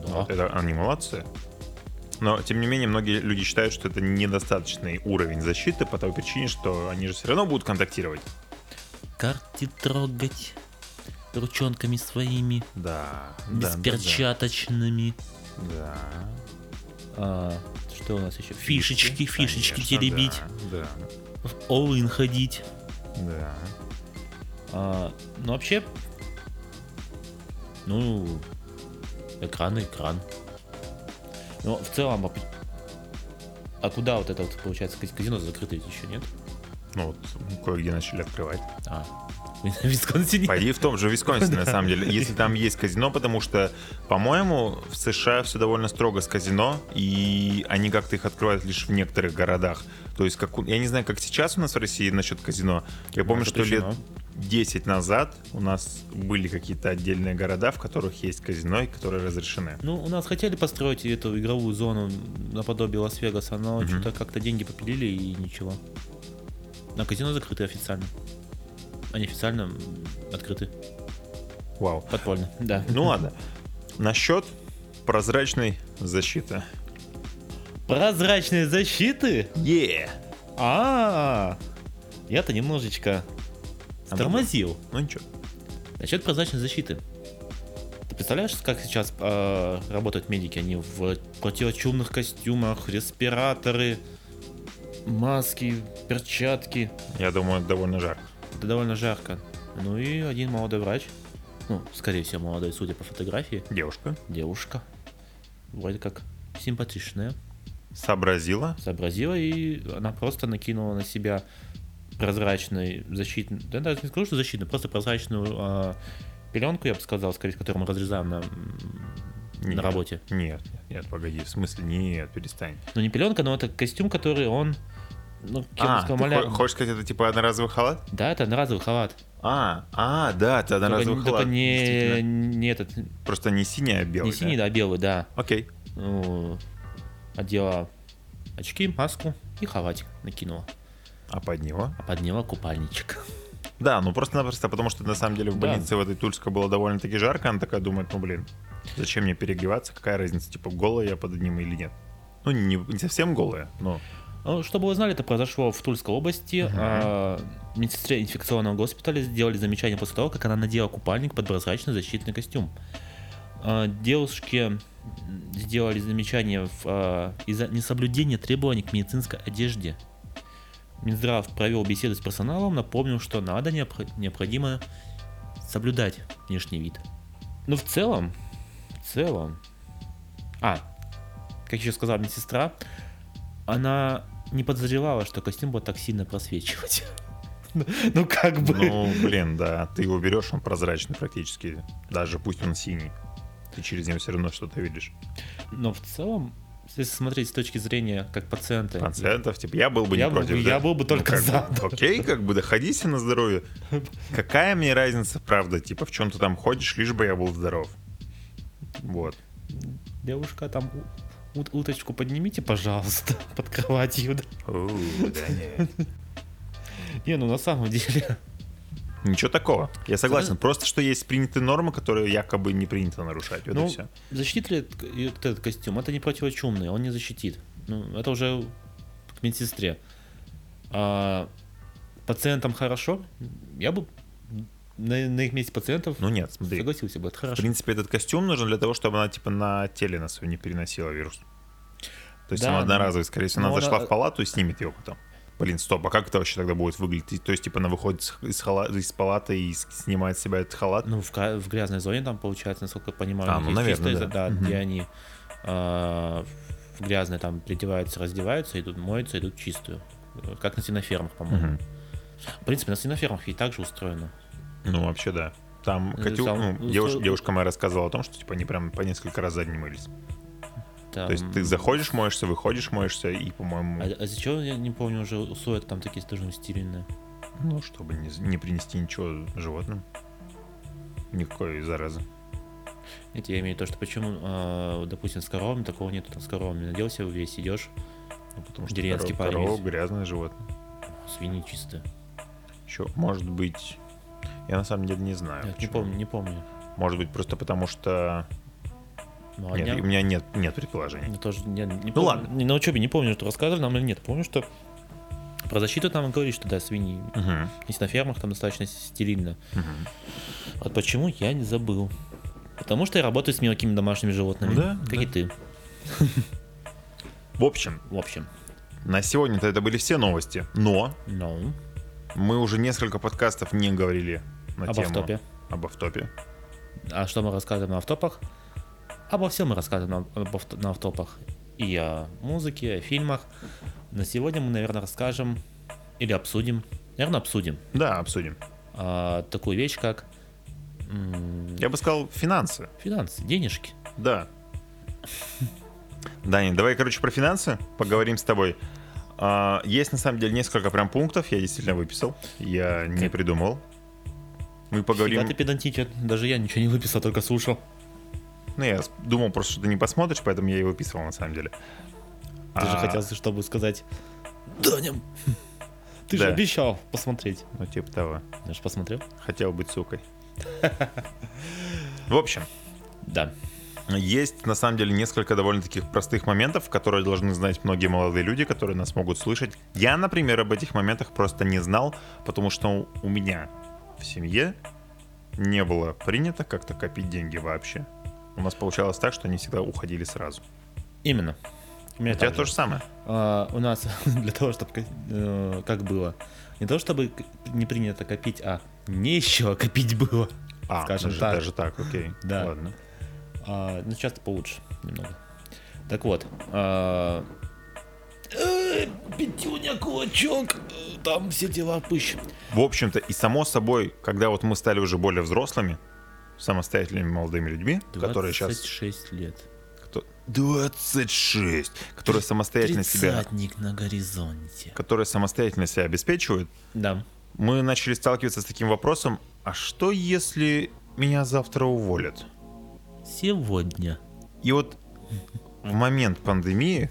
[SPEAKER 1] Да.
[SPEAKER 2] Вот это анимация. Но, тем не менее, многие люди считают, что это недостаточный уровень защиты по той причине, что они же все равно будут контактировать.
[SPEAKER 1] Карты трогать ручонками своими,
[SPEAKER 2] Да.
[SPEAKER 1] бесперчаточными.
[SPEAKER 2] Да. да.
[SPEAKER 1] А, что у нас еще? Фишечки, фишечки
[SPEAKER 2] Конечно,
[SPEAKER 1] теребить,
[SPEAKER 2] Да,
[SPEAKER 1] в олын ходить.
[SPEAKER 2] да, да.
[SPEAKER 1] А, ну, вообще, ну, экран и экран. Но в целом, а п- а куда вот это вот, получается, каз- казино закрыто ведь еще, нет?
[SPEAKER 2] Ну вот, кое-где начали открывать.
[SPEAKER 1] А, в Висконсине.
[SPEAKER 2] Пойди в том же Висконсине, на самом деле, если там есть казино, потому что, по-моему, в США все довольно строго с казино, и они как-то их открывают лишь в некоторых городах. То есть, как, у- я не знаю, как сейчас у нас в России насчет казино. Я помню, что лет
[SPEAKER 1] запрещено.
[SPEAKER 2] 10 назад у нас были какие-то отдельные города, в которых есть казино и которые разрешены.
[SPEAKER 1] Ну, у нас хотели построить эту игровую зону наподобие Лас-Вегаса, но
[SPEAKER 2] Мгм.
[SPEAKER 1] что-то как-то деньги попилили и ничего. На казино закрыты официально. Они официально м, открыты.
[SPEAKER 2] Вау.
[SPEAKER 1] Подпольно, да.
[SPEAKER 2] Ну ладно. Насчет прозрачной защиты.
[SPEAKER 1] Прозрачные защиты?
[SPEAKER 2] Е!
[SPEAKER 1] А, я-то немножечко тормозил.
[SPEAKER 2] Ну ничего.
[SPEAKER 1] Насчет прозрачной защиты. Ты представляешь, как сейчас э, работают медики? Они в противочумных костюмах, респираторы, маски, перчатки.
[SPEAKER 2] Я думаю, довольно жарко.
[SPEAKER 1] Это довольно жарко. Ну и один молодой врач, ну, скорее всего, молодой, судя по фотографии,
[SPEAKER 2] Девушка
[SPEAKER 1] девушка, вроде как симпатичная,
[SPEAKER 2] сообразила.
[SPEAKER 1] сообразила, и она просто накинула на себя прозрачный защитный, да даже не скажу, что защитный, просто прозрачную а, пеленку, я бы сказал, скорее, которую мы разрезаем на, м,
[SPEAKER 2] Нет.
[SPEAKER 1] на работе.
[SPEAKER 2] Нет, нет, нет, погоди, в смысле, нет, перестань.
[SPEAKER 1] Ну не пеленка, но это костюм, который он, ну, как я бы
[SPEAKER 2] А, ты
[SPEAKER 1] сказал, маля-
[SPEAKER 2] хо- хочешь сказать, это типа одноразовый халат?
[SPEAKER 1] Да, это одноразовый халат.
[SPEAKER 2] А, а, да, это
[SPEAKER 1] Только-
[SPEAKER 2] одноразовый
[SPEAKER 1] только,
[SPEAKER 2] халат.
[SPEAKER 1] не,
[SPEAKER 2] действительно.
[SPEAKER 1] не этот,
[SPEAKER 2] Просто не синий, а белый.
[SPEAKER 1] не синий, да, а белый, да.
[SPEAKER 2] Окей.
[SPEAKER 1] ну, одела очки, маску и халатик накинула.
[SPEAKER 2] А под него?
[SPEAKER 1] А подняла купальничек.
[SPEAKER 2] Да, ну просто-напросто, потому что на самом деле в
[SPEAKER 1] Да.
[SPEAKER 2] больнице в этой Тульской было довольно-таки жарко, она такая думает, ну блин, зачем мне перегреваться, какая разница, типа голая я под одним или нет. Ну, не, не совсем голая, но
[SPEAKER 1] Ну, Чтобы вы знали, это произошло в Тульской области.
[SPEAKER 2] Мгм.
[SPEAKER 1] А, медсестре инфекционного госпиталя сделали замечание после того, как она надела купальник под прозрачный защитный костюм. А, девушке м, сделали замечание в, а, из-за несоблюдения требований к медицинской одежде. Минздрав провел беседу с персоналом, напомнил, что надо необх- необходимо соблюдать внешний вид. Но в целом, в целом, а, как еще сказала медсестра, она не подозревала, что костюм будет так сильно просвечивать. Ну как бы.
[SPEAKER 2] Ну, блин, да, ты его берешь, он прозрачный практически, даже пусть он синий. Ты через него все равно что-то видишь.
[SPEAKER 1] Но в целом, если смотреть с точки зрения как пациента,
[SPEAKER 2] Пациентов, типа, я был бы
[SPEAKER 1] Я
[SPEAKER 2] не
[SPEAKER 1] был бы- я
[SPEAKER 2] против. да? Ну,
[SPEAKER 1] был бы только
[SPEAKER 2] как бы,
[SPEAKER 1] за, да.
[SPEAKER 2] Окей, как бы, доходите на здоровье. Какая мне разница, правда, типа, в чем ты там ходишь, лишь бы я был здоров. Вот.
[SPEAKER 1] девушка там у- ут- уточку поднимите, пожалуйста, под кроватью. да.
[SPEAKER 2] Оу, да не.
[SPEAKER 1] Не, ну на самом деле.
[SPEAKER 2] Ничего такого. Я согласен. Просто что есть принятые нормы, которые якобы не принято нарушать. Вот
[SPEAKER 1] ну,
[SPEAKER 2] и все.
[SPEAKER 1] защитит ли этот, и вот этот костюм? Это не противочумный, он не защитит. Ну, это уже к медсестре. А пациентам хорошо? Я бы на, на их месте пациентов
[SPEAKER 2] Ну нет, смотри.
[SPEAKER 1] согласился бы, это
[SPEAKER 2] В
[SPEAKER 1] хорошо.
[SPEAKER 2] принципе, этот костюм нужен для того, чтобы она типа на теле на своем не переносила вирус. То есть
[SPEAKER 1] Да,
[SPEAKER 2] она
[SPEAKER 1] но-
[SPEAKER 2] одноразовая, скорее всего,
[SPEAKER 1] но
[SPEAKER 2] она
[SPEAKER 1] она- э,
[SPEAKER 2] зашла в палату и снимет его потом. Блин, стоп, а как это вообще тогда будет выглядеть? То есть, типа, она выходит с- из, хала- из палаты и с- снимает с себя этот халат.
[SPEAKER 1] Ну, в, ка- в грязной зоне там, получается, насколько я понимаю,
[SPEAKER 2] А,
[SPEAKER 1] у них
[SPEAKER 2] ну,
[SPEAKER 1] есть
[SPEAKER 2] наверное,
[SPEAKER 1] чистая
[SPEAKER 2] да.
[SPEAKER 1] зо-
[SPEAKER 2] Мгм.
[SPEAKER 1] где они а, в грязной там придеваются, раздеваются, идут, моются, идут в чистую. Как на свинофермах, по-моему.
[SPEAKER 2] Мгм.
[SPEAKER 1] В принципе, на свинофермах ведь так же устроено.
[SPEAKER 2] Ну, вообще, да. Там
[SPEAKER 1] Ну,
[SPEAKER 2] Катю,
[SPEAKER 1] сам-
[SPEAKER 2] ну,
[SPEAKER 1] ну,
[SPEAKER 2] девуш-
[SPEAKER 1] сам-
[SPEAKER 2] девушка моя рассказывала о том, что типа они прям по несколько раз за день мылись.
[SPEAKER 1] Там-
[SPEAKER 2] То есть ты заходишь, моешься, выходишь, моешься, и, по-моему,
[SPEAKER 1] А, а за чего, я не помню, уже у Сойер там такие должны стерильные?
[SPEAKER 2] ну, чтобы не, не принести ничего животным. Никакой заразы.
[SPEAKER 1] Нет, я имею в виду то, что почему, а, допустим, с коровами такого нету, там с коровами наделся весь, идешь,
[SPEAKER 2] Ну, потому что
[SPEAKER 1] Деревенский
[SPEAKER 2] корова-
[SPEAKER 1] парень
[SPEAKER 2] корова
[SPEAKER 1] весь.
[SPEAKER 2] грязное животное.
[SPEAKER 1] свиньи чистые.
[SPEAKER 2] Еще, может быть, я на самом деле не знаю.
[SPEAKER 1] Нет, не
[SPEAKER 2] А, почему.
[SPEAKER 1] помню, не помню.
[SPEAKER 2] Может быть, просто потому что...
[SPEAKER 1] Ну, а
[SPEAKER 2] Нет,
[SPEAKER 1] дня-
[SPEAKER 2] у меня нет, нет предположений.
[SPEAKER 1] Ну, тоже, не, не
[SPEAKER 2] Ну
[SPEAKER 1] помню.
[SPEAKER 2] ладно.
[SPEAKER 1] Не, на учебе не помню, что рассказывали нам или нет. Помню, что про защиту там говорили, что да, свиньи
[SPEAKER 2] Мгм,
[SPEAKER 1] не на фермах, там достаточно стерильно.
[SPEAKER 2] мгм.
[SPEAKER 1] Вот почему я не забыл. Потому что я работаю с мелкими домашними животными.
[SPEAKER 2] Да,
[SPEAKER 1] Как
[SPEAKER 2] да.
[SPEAKER 1] и ты,
[SPEAKER 2] В общем,
[SPEAKER 1] в общем.
[SPEAKER 2] на сегодня-то это были все новости, но
[SPEAKER 1] Ну,
[SPEAKER 2] мы уже несколько подкастов не говорили на
[SPEAKER 1] об
[SPEAKER 2] тему...
[SPEAKER 1] автопе.
[SPEAKER 2] Об автопе.
[SPEAKER 1] А что мы рассказываем на автопах? Обо всем мы рассказываем на, об авто- на автопах. И о музыке, и о фильмах. На сегодня мы, наверное, расскажем или обсудим. Наверное, обсудим
[SPEAKER 2] Да, обсудим.
[SPEAKER 1] а, такую вещь, как м,
[SPEAKER 2] Я бы сказал, финансы.
[SPEAKER 1] финансы, денежки.
[SPEAKER 2] Да. Даня, давай, короче, про финансы поговорим с тобой. А, Есть на самом деле несколько прям пунктов, я действительно выписал, я не
[SPEAKER 1] Как-
[SPEAKER 2] придумал. Мы
[SPEAKER 1] Фига
[SPEAKER 2] поговорим.
[SPEAKER 1] ты педантичен. Даже я ничего не выписал, только слушал.
[SPEAKER 2] Ну, я с- думал просто, что ты не посмотришь, поэтому я и выписывал на самом деле.
[SPEAKER 1] Ты же
[SPEAKER 2] А,
[SPEAKER 1] хотел, чтобы сказать, Даня, ты
[SPEAKER 2] Да.
[SPEAKER 1] же обещал посмотреть.
[SPEAKER 2] Ну, типа того.
[SPEAKER 1] Я же посмотрел.
[SPEAKER 2] Хотел быть сукой. В общем,
[SPEAKER 1] Да.
[SPEAKER 2] есть на самом деле несколько довольно таких простых моментов, которые должны знать многие молодые люди, которые нас могут слышать. Я, например, об этих моментах просто не знал, потому что у меня в семье не было принято как-то копить деньги вообще. У нас получалось так, что они всегда уходили сразу.
[SPEAKER 1] Именно. У
[SPEAKER 2] У
[SPEAKER 1] меня
[SPEAKER 2] тебя
[SPEAKER 1] так же.
[SPEAKER 2] то же самое.
[SPEAKER 1] А, у нас для того, чтобы как было, не то чтобы к- не принято копить, а нечего копить было.
[SPEAKER 2] А,
[SPEAKER 1] Скажем
[SPEAKER 2] даже,
[SPEAKER 1] так.
[SPEAKER 2] даже так, окей.
[SPEAKER 1] Да.
[SPEAKER 2] Ладно.
[SPEAKER 1] А, ну, сейчас получше немного. Так вот. а, э, Пятюня, кулачок, э, там все дела пыщ.
[SPEAKER 2] В общем-то, и само собой, когда вот мы стали уже более взрослыми, самостоятельными молодыми людьми, которые сейчас...
[SPEAKER 1] 26 лет.
[SPEAKER 2] кто- 26! Которые самостоятельно себя...
[SPEAKER 1] Тридцатник на горизонте.
[SPEAKER 2] Которые самостоятельно себя обеспечивают,
[SPEAKER 1] Да.
[SPEAKER 2] мы начали сталкиваться с таким вопросом, а что если меня завтра уволят?
[SPEAKER 1] Сегодня.
[SPEAKER 2] И вот в момент пандемии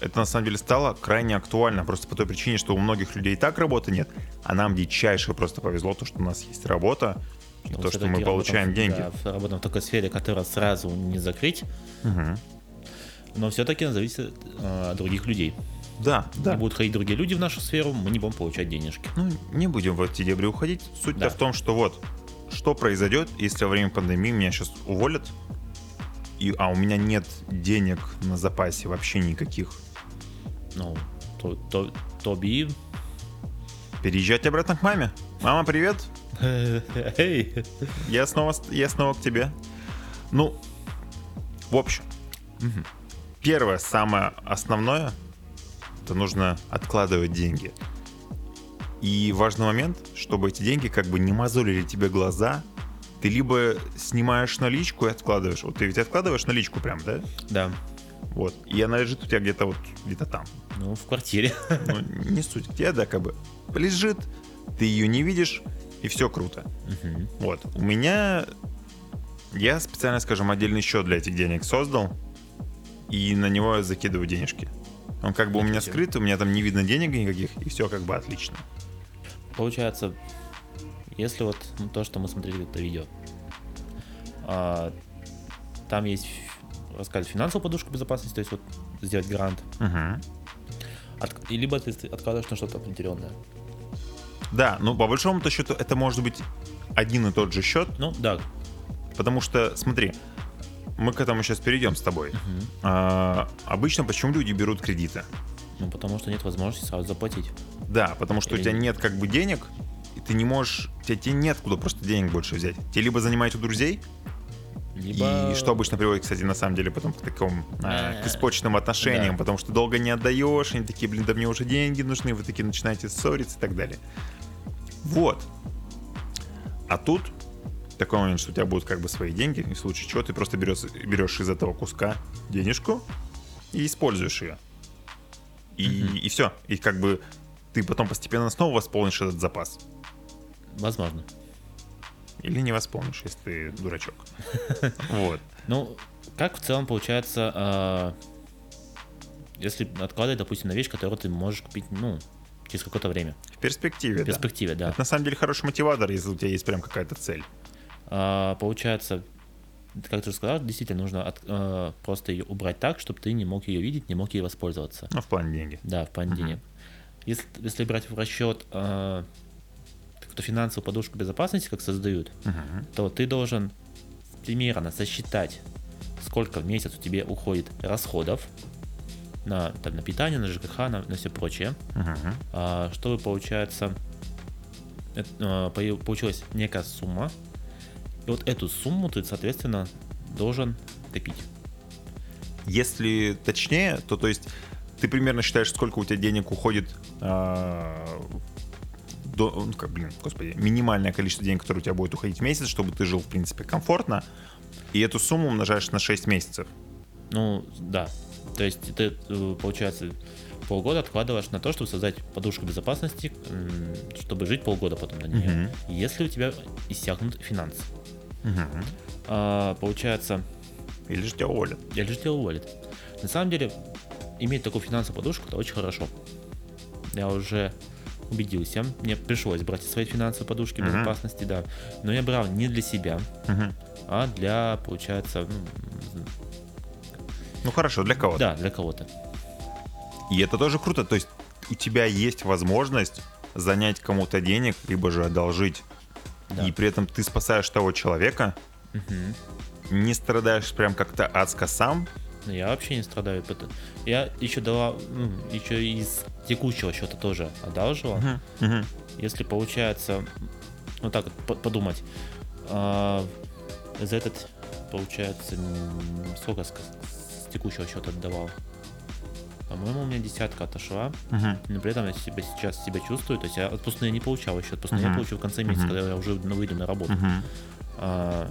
[SPEAKER 2] это на самом деле стало крайне актуально, просто по той причине, что у многих людей и так работы нет, а нам дичайше просто повезло то, что у нас есть работа, и
[SPEAKER 1] Потому
[SPEAKER 2] то, что мы
[SPEAKER 1] Ну, всё-таки
[SPEAKER 2] получаем
[SPEAKER 1] работаем-
[SPEAKER 2] деньги.
[SPEAKER 1] да, работаем в такой сфере, которую сразу не закрыть,
[SPEAKER 2] Мгм.
[SPEAKER 1] но все-таки она зависит э, от других людей.
[SPEAKER 2] Да, да.
[SPEAKER 1] Не будут ходить другие люди в нашу сферу, мы не будем получать денежки.
[SPEAKER 2] Ну, не будем в эти дебри уходить. Суть-то
[SPEAKER 1] Да.
[SPEAKER 2] в том, что вот, что произойдет, если во время пандемии меня сейчас уволят, и, а у меня нет денег на запасе вообще никаких.
[SPEAKER 1] Ну, то, то, Тоби...
[SPEAKER 2] Переезжать обратно к маме. Мама, привет,
[SPEAKER 1] Эй!
[SPEAKER 2] я снова, с- я снова к тебе. Ну, в общем, мгм. первое, самое основное, это нужно откладывать деньги. И важный момент, чтобы эти деньги как бы не мозолили тебе глаза, ты либо снимаешь наличку и откладываешь. Вот ты ведь откладываешь наличку прям, да?
[SPEAKER 1] Да,
[SPEAKER 2] Вот. И она лежит у тебя где-то вот, где-то там.
[SPEAKER 1] ну, в квартире.
[SPEAKER 2] Ну, не суть. У тебя, да, как бы лежит, ты ее не видишь, и все круто.
[SPEAKER 1] Мгм.
[SPEAKER 2] Вот. У меня... Я специально, скажем, отдельный счет для этих денег создал, и на него я закидываю денежки. Он как бы у меня
[SPEAKER 1] Отлично.
[SPEAKER 2] скрыт, у меня там не видно денег никаких, и все как бы отлично.
[SPEAKER 1] Получается, Если вот ну, то, что мы смотрели это видео. А, там есть, ф- рассказывают, финансовую подушку безопасности, то есть вот сделать грант.
[SPEAKER 2] Мгм.
[SPEAKER 1] От- и либо ты откладываешь на что-то определенное.
[SPEAKER 2] Да, ну по большому-то счету это может быть один и тот же счет,
[SPEAKER 1] Ну, да.
[SPEAKER 2] потому что, смотри, мы к этому сейчас перейдем с тобой.
[SPEAKER 1] Мгм.
[SPEAKER 2] А, обычно почему люди берут кредиты?
[SPEAKER 1] Ну, потому что нет возможности сразу заплатить.
[SPEAKER 2] Да, потому что у
[SPEAKER 1] Или
[SPEAKER 2] тебя
[SPEAKER 1] нет?
[SPEAKER 2] нет как бы денег, и ты не можешь, тебе, тебе нет куда просто денег больше взять. Тебе либо занимать у друзей,
[SPEAKER 1] Либо... Э.
[SPEAKER 2] и что обычно приводит, кстати, на самом деле потом к таким, а, к испорченным отношениям,
[SPEAKER 1] Да.
[SPEAKER 2] потому что долго не отдаешь, они такие, блин, да мне уже деньги нужны, вы такие начинаете ссориться и так далее. Вот. А тут такой момент, что у тебя будут как бы свои деньги, и в случае чего ты просто берешь, берешь из этого куска денежку и используешь ее. И,
[SPEAKER 1] Мгм.
[SPEAKER 2] и все. И как бы ты потом постепенно снова восполнишь этот запас.
[SPEAKER 1] Возможно.
[SPEAKER 2] Или не восполнишь, если ты дурачок. Вот.
[SPEAKER 1] Ну, как в целом получается, а, если откладывать, допустим, на вещь, которую ты можешь купить, ну, через какое-то время.
[SPEAKER 2] В перспективе,
[SPEAKER 1] В
[SPEAKER 2] да.
[SPEAKER 1] перспективе, да.
[SPEAKER 2] Это на самом деле хороший мотиватор, если у тебя есть прям какая-то цель.
[SPEAKER 1] А, получается, как ты уже сказал, действительно нужно от- э, просто ее убрать так, чтобы ты не мог ее видеть, не мог ей воспользоваться.
[SPEAKER 2] Ну, в плане деньги.
[SPEAKER 1] Да, в плане
[SPEAKER 2] Мгм.
[SPEAKER 1] денег. Если, если брать в расчет э, какую-то финансовую подушку безопасности, как создают,
[SPEAKER 2] Мгм.
[SPEAKER 1] то ты должен примерно сосчитать, сколько в месяц у тебя уходит расходов на, там, на питание, на ЖКХ, на, все прочее,
[SPEAKER 2] Мгм.
[SPEAKER 1] А, чтобы, получается, эт- а, пою- получилась некая сумма, и вот эту сумму ты, соответственно, должен копить.
[SPEAKER 2] Если точнее, то то есть ты примерно считаешь, сколько у тебя денег уходит а, до, ну, как, блин, господи, минимальное количество денег, которое у тебя будет уходить в месяц, чтобы ты жил, в принципе, комфортно, и эту сумму умножаешь на 6 месяцев.
[SPEAKER 1] Ну, да. То есть ты, э, получается, полгода откладываешь на то, чтобы создать подушку безопасности, м, чтобы жить полгода потом на нее. Если у тебя иссякнут финансы.
[SPEAKER 2] Мгм.
[SPEAKER 1] А, получается,
[SPEAKER 2] Или же тебя уволят.
[SPEAKER 1] Я лишь тебя уволит. На самом деле, иметь такую финансовую подушку, это очень хорошо. Я уже убедился. Мне пришлось брать из своей финансовой подушки
[SPEAKER 2] Мгм.
[SPEAKER 1] безопасности, да. Но я брал не для себя,
[SPEAKER 2] Мгм.
[SPEAKER 1] а для, получается, ну,
[SPEAKER 2] Ну хорошо, для кого-то.
[SPEAKER 1] да, для кого-то.
[SPEAKER 2] И это тоже круто. То есть у тебя есть возможность занять кому-то денег, либо же одолжить.
[SPEAKER 1] Да.
[SPEAKER 2] И при этом ты спасаешь того человека,
[SPEAKER 1] Мгм.
[SPEAKER 2] не страдаешь прям как-то адско сам.
[SPEAKER 1] Но я вообще не страдаю. пот- Я еще дала, м, еще из текущего счета тоже одалживал.
[SPEAKER 2] Мгм.
[SPEAKER 1] Если получается, вот так вот по- подумать, а, за этот, получается, м, сколько с, с текущего счета отдавал? По-моему, у меня десятка отошла,
[SPEAKER 2] Мгм.
[SPEAKER 1] но при этом я себя сейчас себя чувствую, то есть я отпускные не получал еще, отпускные я
[SPEAKER 2] Мгм.
[SPEAKER 1] получу в конце месяца,
[SPEAKER 2] Мгм.
[SPEAKER 1] когда я уже ну, выйду на работу.
[SPEAKER 2] Мгм.
[SPEAKER 1] А,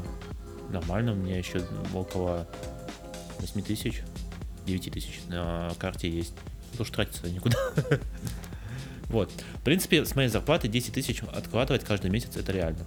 [SPEAKER 1] нормально, у меня еще около 8 тысяч, 9 тысяч на карте есть. Потому что тратиться никуда. Вот. В принципе, с моей зарплаты 10 тысяч откладывать каждый месяц это реально.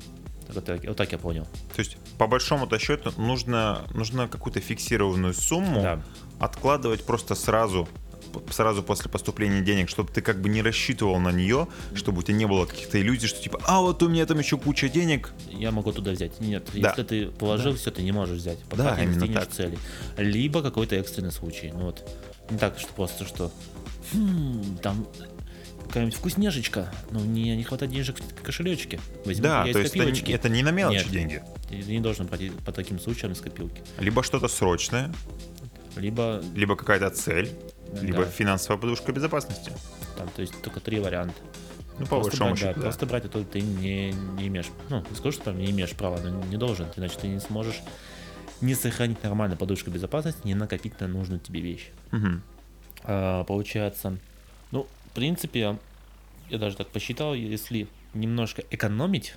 [SPEAKER 1] Вот так, вот так я понял.
[SPEAKER 2] То есть, по большому-то счету, нужно, нужно какую-то фиксированную сумму
[SPEAKER 1] Да.
[SPEAKER 2] откладывать просто сразу п- сразу после поступления денег, чтобы ты как бы не рассчитывал на нее, чтобы у тебя не было каких-то иллюзий, что типа, а вот у меня там еще куча денег.
[SPEAKER 1] Я могу туда взять. Нет,
[SPEAKER 2] Да.
[SPEAKER 1] если ты положил все, ты не можешь взять, пока
[SPEAKER 2] Да,
[SPEAKER 1] ты не
[SPEAKER 2] именно
[SPEAKER 1] достигнешь
[SPEAKER 2] так.
[SPEAKER 1] цели. Либо какой-то экстренный случай. Ну вот. Не так, что просто что. «Хм, там какая-нибудь вкусняшечка. Ну, не, не хватает денежек в кошелечке. Возьму
[SPEAKER 2] да,
[SPEAKER 1] я
[SPEAKER 2] то
[SPEAKER 1] из
[SPEAKER 2] есть это, не-
[SPEAKER 1] копилочки.
[SPEAKER 2] это не на мелочи
[SPEAKER 1] Нет.
[SPEAKER 2] деньги.
[SPEAKER 1] Ты не должен платить по таким случаям из копилки.
[SPEAKER 2] Либо что-то срочное,
[SPEAKER 1] Либо
[SPEAKER 2] либо какая-то цель, либо
[SPEAKER 1] да,
[SPEAKER 2] финансовая подушка безопасности.
[SPEAKER 1] там, то есть только три варианта.
[SPEAKER 2] Ну, по
[SPEAKER 1] просто
[SPEAKER 2] большому
[SPEAKER 1] брать, да,
[SPEAKER 2] счету, да.
[SPEAKER 1] просто брать, а то ты не, не имеешь, ну, не скажу, что там не имеешь права, но не должен, иначе ты не сможешь не сохранить нормально подушку безопасности, не накопить на нужную тебе вещь.
[SPEAKER 2] Мгм.
[SPEAKER 1] А, получается, ну, в принципе, я даже так посчитал, если немножко экономить,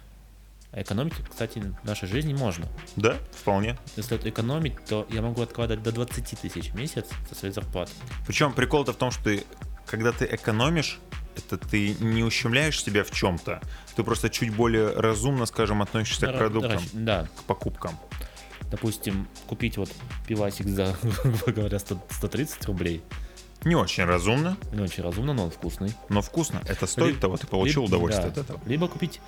[SPEAKER 1] а экономить, кстати, в нашей жизни можно.
[SPEAKER 2] Да, вполне.
[SPEAKER 1] Если это экономить, то я могу откладывать до 20 тысяч в месяц со своей зарплаты.
[SPEAKER 2] Причем прикол-то в том, что ты, когда ты экономишь, это ты не ущемляешь себя в чем-то. Ты просто чуть более разумно, скажем, относишься к
[SPEAKER 1] Ра-
[SPEAKER 2] продуктам,
[SPEAKER 1] расч- Да,
[SPEAKER 2] к покупкам.
[SPEAKER 1] допустим, купить вот пивасик за, грубо говоря, 100 130 рублей.
[SPEAKER 2] Не очень разумно,
[SPEAKER 1] Не очень разумно, но он вкусный.
[SPEAKER 2] но вкусно. Это стоит
[SPEAKER 1] Ли-
[SPEAKER 2] того, ты получил
[SPEAKER 1] Либо-
[SPEAKER 2] удовольствие
[SPEAKER 1] да.
[SPEAKER 2] от этого.
[SPEAKER 1] Либо купить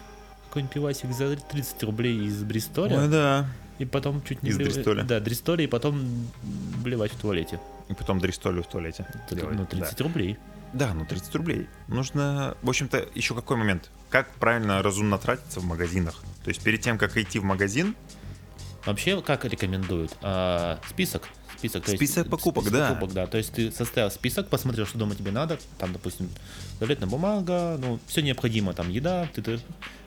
[SPEAKER 1] какой-нибудь пивасик за 30 рублей из Бристоля.
[SPEAKER 2] Ой, да.
[SPEAKER 1] И потом чуть не...
[SPEAKER 2] Из
[SPEAKER 1] блевать-
[SPEAKER 2] Бристоля.
[SPEAKER 1] Да, Дристоля, и потом блевать в туалете.
[SPEAKER 2] И потом дристолю в туалете.
[SPEAKER 1] Это,
[SPEAKER 2] делать,
[SPEAKER 1] ну,
[SPEAKER 2] да.
[SPEAKER 1] 30 рублей.
[SPEAKER 2] Да, ну 30 рублей. Нужно, в общем-то, еще какой момент? Как правильно разумно тратиться в магазинах? То есть перед тем, как идти в магазин,
[SPEAKER 1] Вообще, как рекомендуют? А, список. Список, то есть-
[SPEAKER 2] Список покупок,
[SPEAKER 1] список
[SPEAKER 2] да.
[SPEAKER 1] покупок, да. То есть ты составил список, посмотрел, что дома тебе надо. Там, допустим, туалетная бумага, ну, все необходимо, там еда, ты, ты-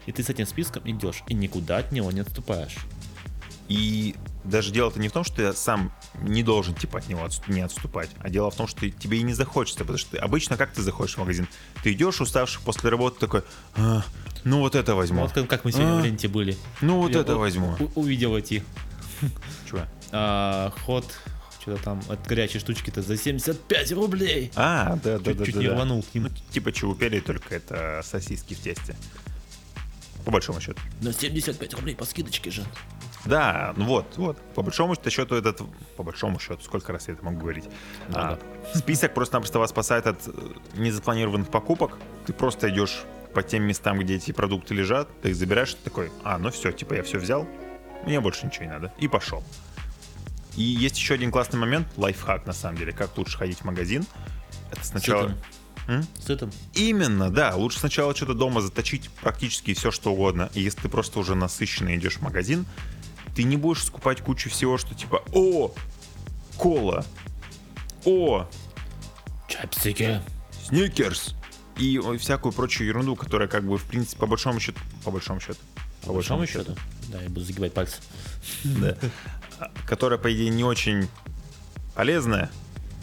[SPEAKER 1] и ты с этим списком идешь, и никуда от него не отступаешь.
[SPEAKER 2] и даже дело-то не в том, что ты сам не должен типа от него отс- не отступать, а дело в том, что тебе и не захочется, потому что ты- обычно как ты заходишь в магазин? Ты идешь уставший после работы такой, «А, ну вот это
[SPEAKER 1] Ну,
[SPEAKER 2] возьму,
[SPEAKER 1] вот как, как мы сегодня в
[SPEAKER 2] А.
[SPEAKER 1] ленте были.
[SPEAKER 2] ну вот
[SPEAKER 1] Я
[SPEAKER 2] это
[SPEAKER 1] у-
[SPEAKER 2] возьму.
[SPEAKER 1] у- увидел эти
[SPEAKER 2] Чего?
[SPEAKER 1] а, ход, что-то там, от горячей штучки-то за 75 рублей.
[SPEAKER 2] А, да, да, да,
[SPEAKER 1] Чуть-чуть
[SPEAKER 2] да,
[SPEAKER 1] не
[SPEAKER 2] да.
[SPEAKER 1] рванул к
[SPEAKER 2] Ну,
[SPEAKER 1] ним.
[SPEAKER 2] типа чаупели, только это сосиски в тесте. По большому счету.
[SPEAKER 1] Но 75 рублей по скидочке же.
[SPEAKER 2] Да, ну вот, вот. По большому счету этот... По большому счету, сколько раз я это могу говорить?
[SPEAKER 1] Да,
[SPEAKER 2] А, Список просто-напросто вас спасает от э, незапланированных покупок. Ты просто идешь по тем местам, где эти продукты лежат, ты их забираешь, ты такой, а, ну все, типа я все взял, мне больше ничего не надо. И пошел. И есть еще один классный момент, лайфхак на самом деле, как лучше ходить в магазин. Это сначала...
[SPEAKER 1] Сытым.
[SPEAKER 2] М?
[SPEAKER 1] Сытым.
[SPEAKER 2] Именно, да. Лучше сначала что-то дома заточить практически все, что угодно. И если ты просто уже насыщенно идешь в магазин, ты не будешь скупать кучу всего, что типа «О! Кола! О!
[SPEAKER 1] Чапсики.
[SPEAKER 2] Сникерс!» и всякую прочую ерунду, которая как бы, в принципе, по большому счету... По большому счету.
[SPEAKER 1] По большому счету. Да, я буду загибать пальцы.
[SPEAKER 2] Да. А, Которая, по идее, не очень полезная.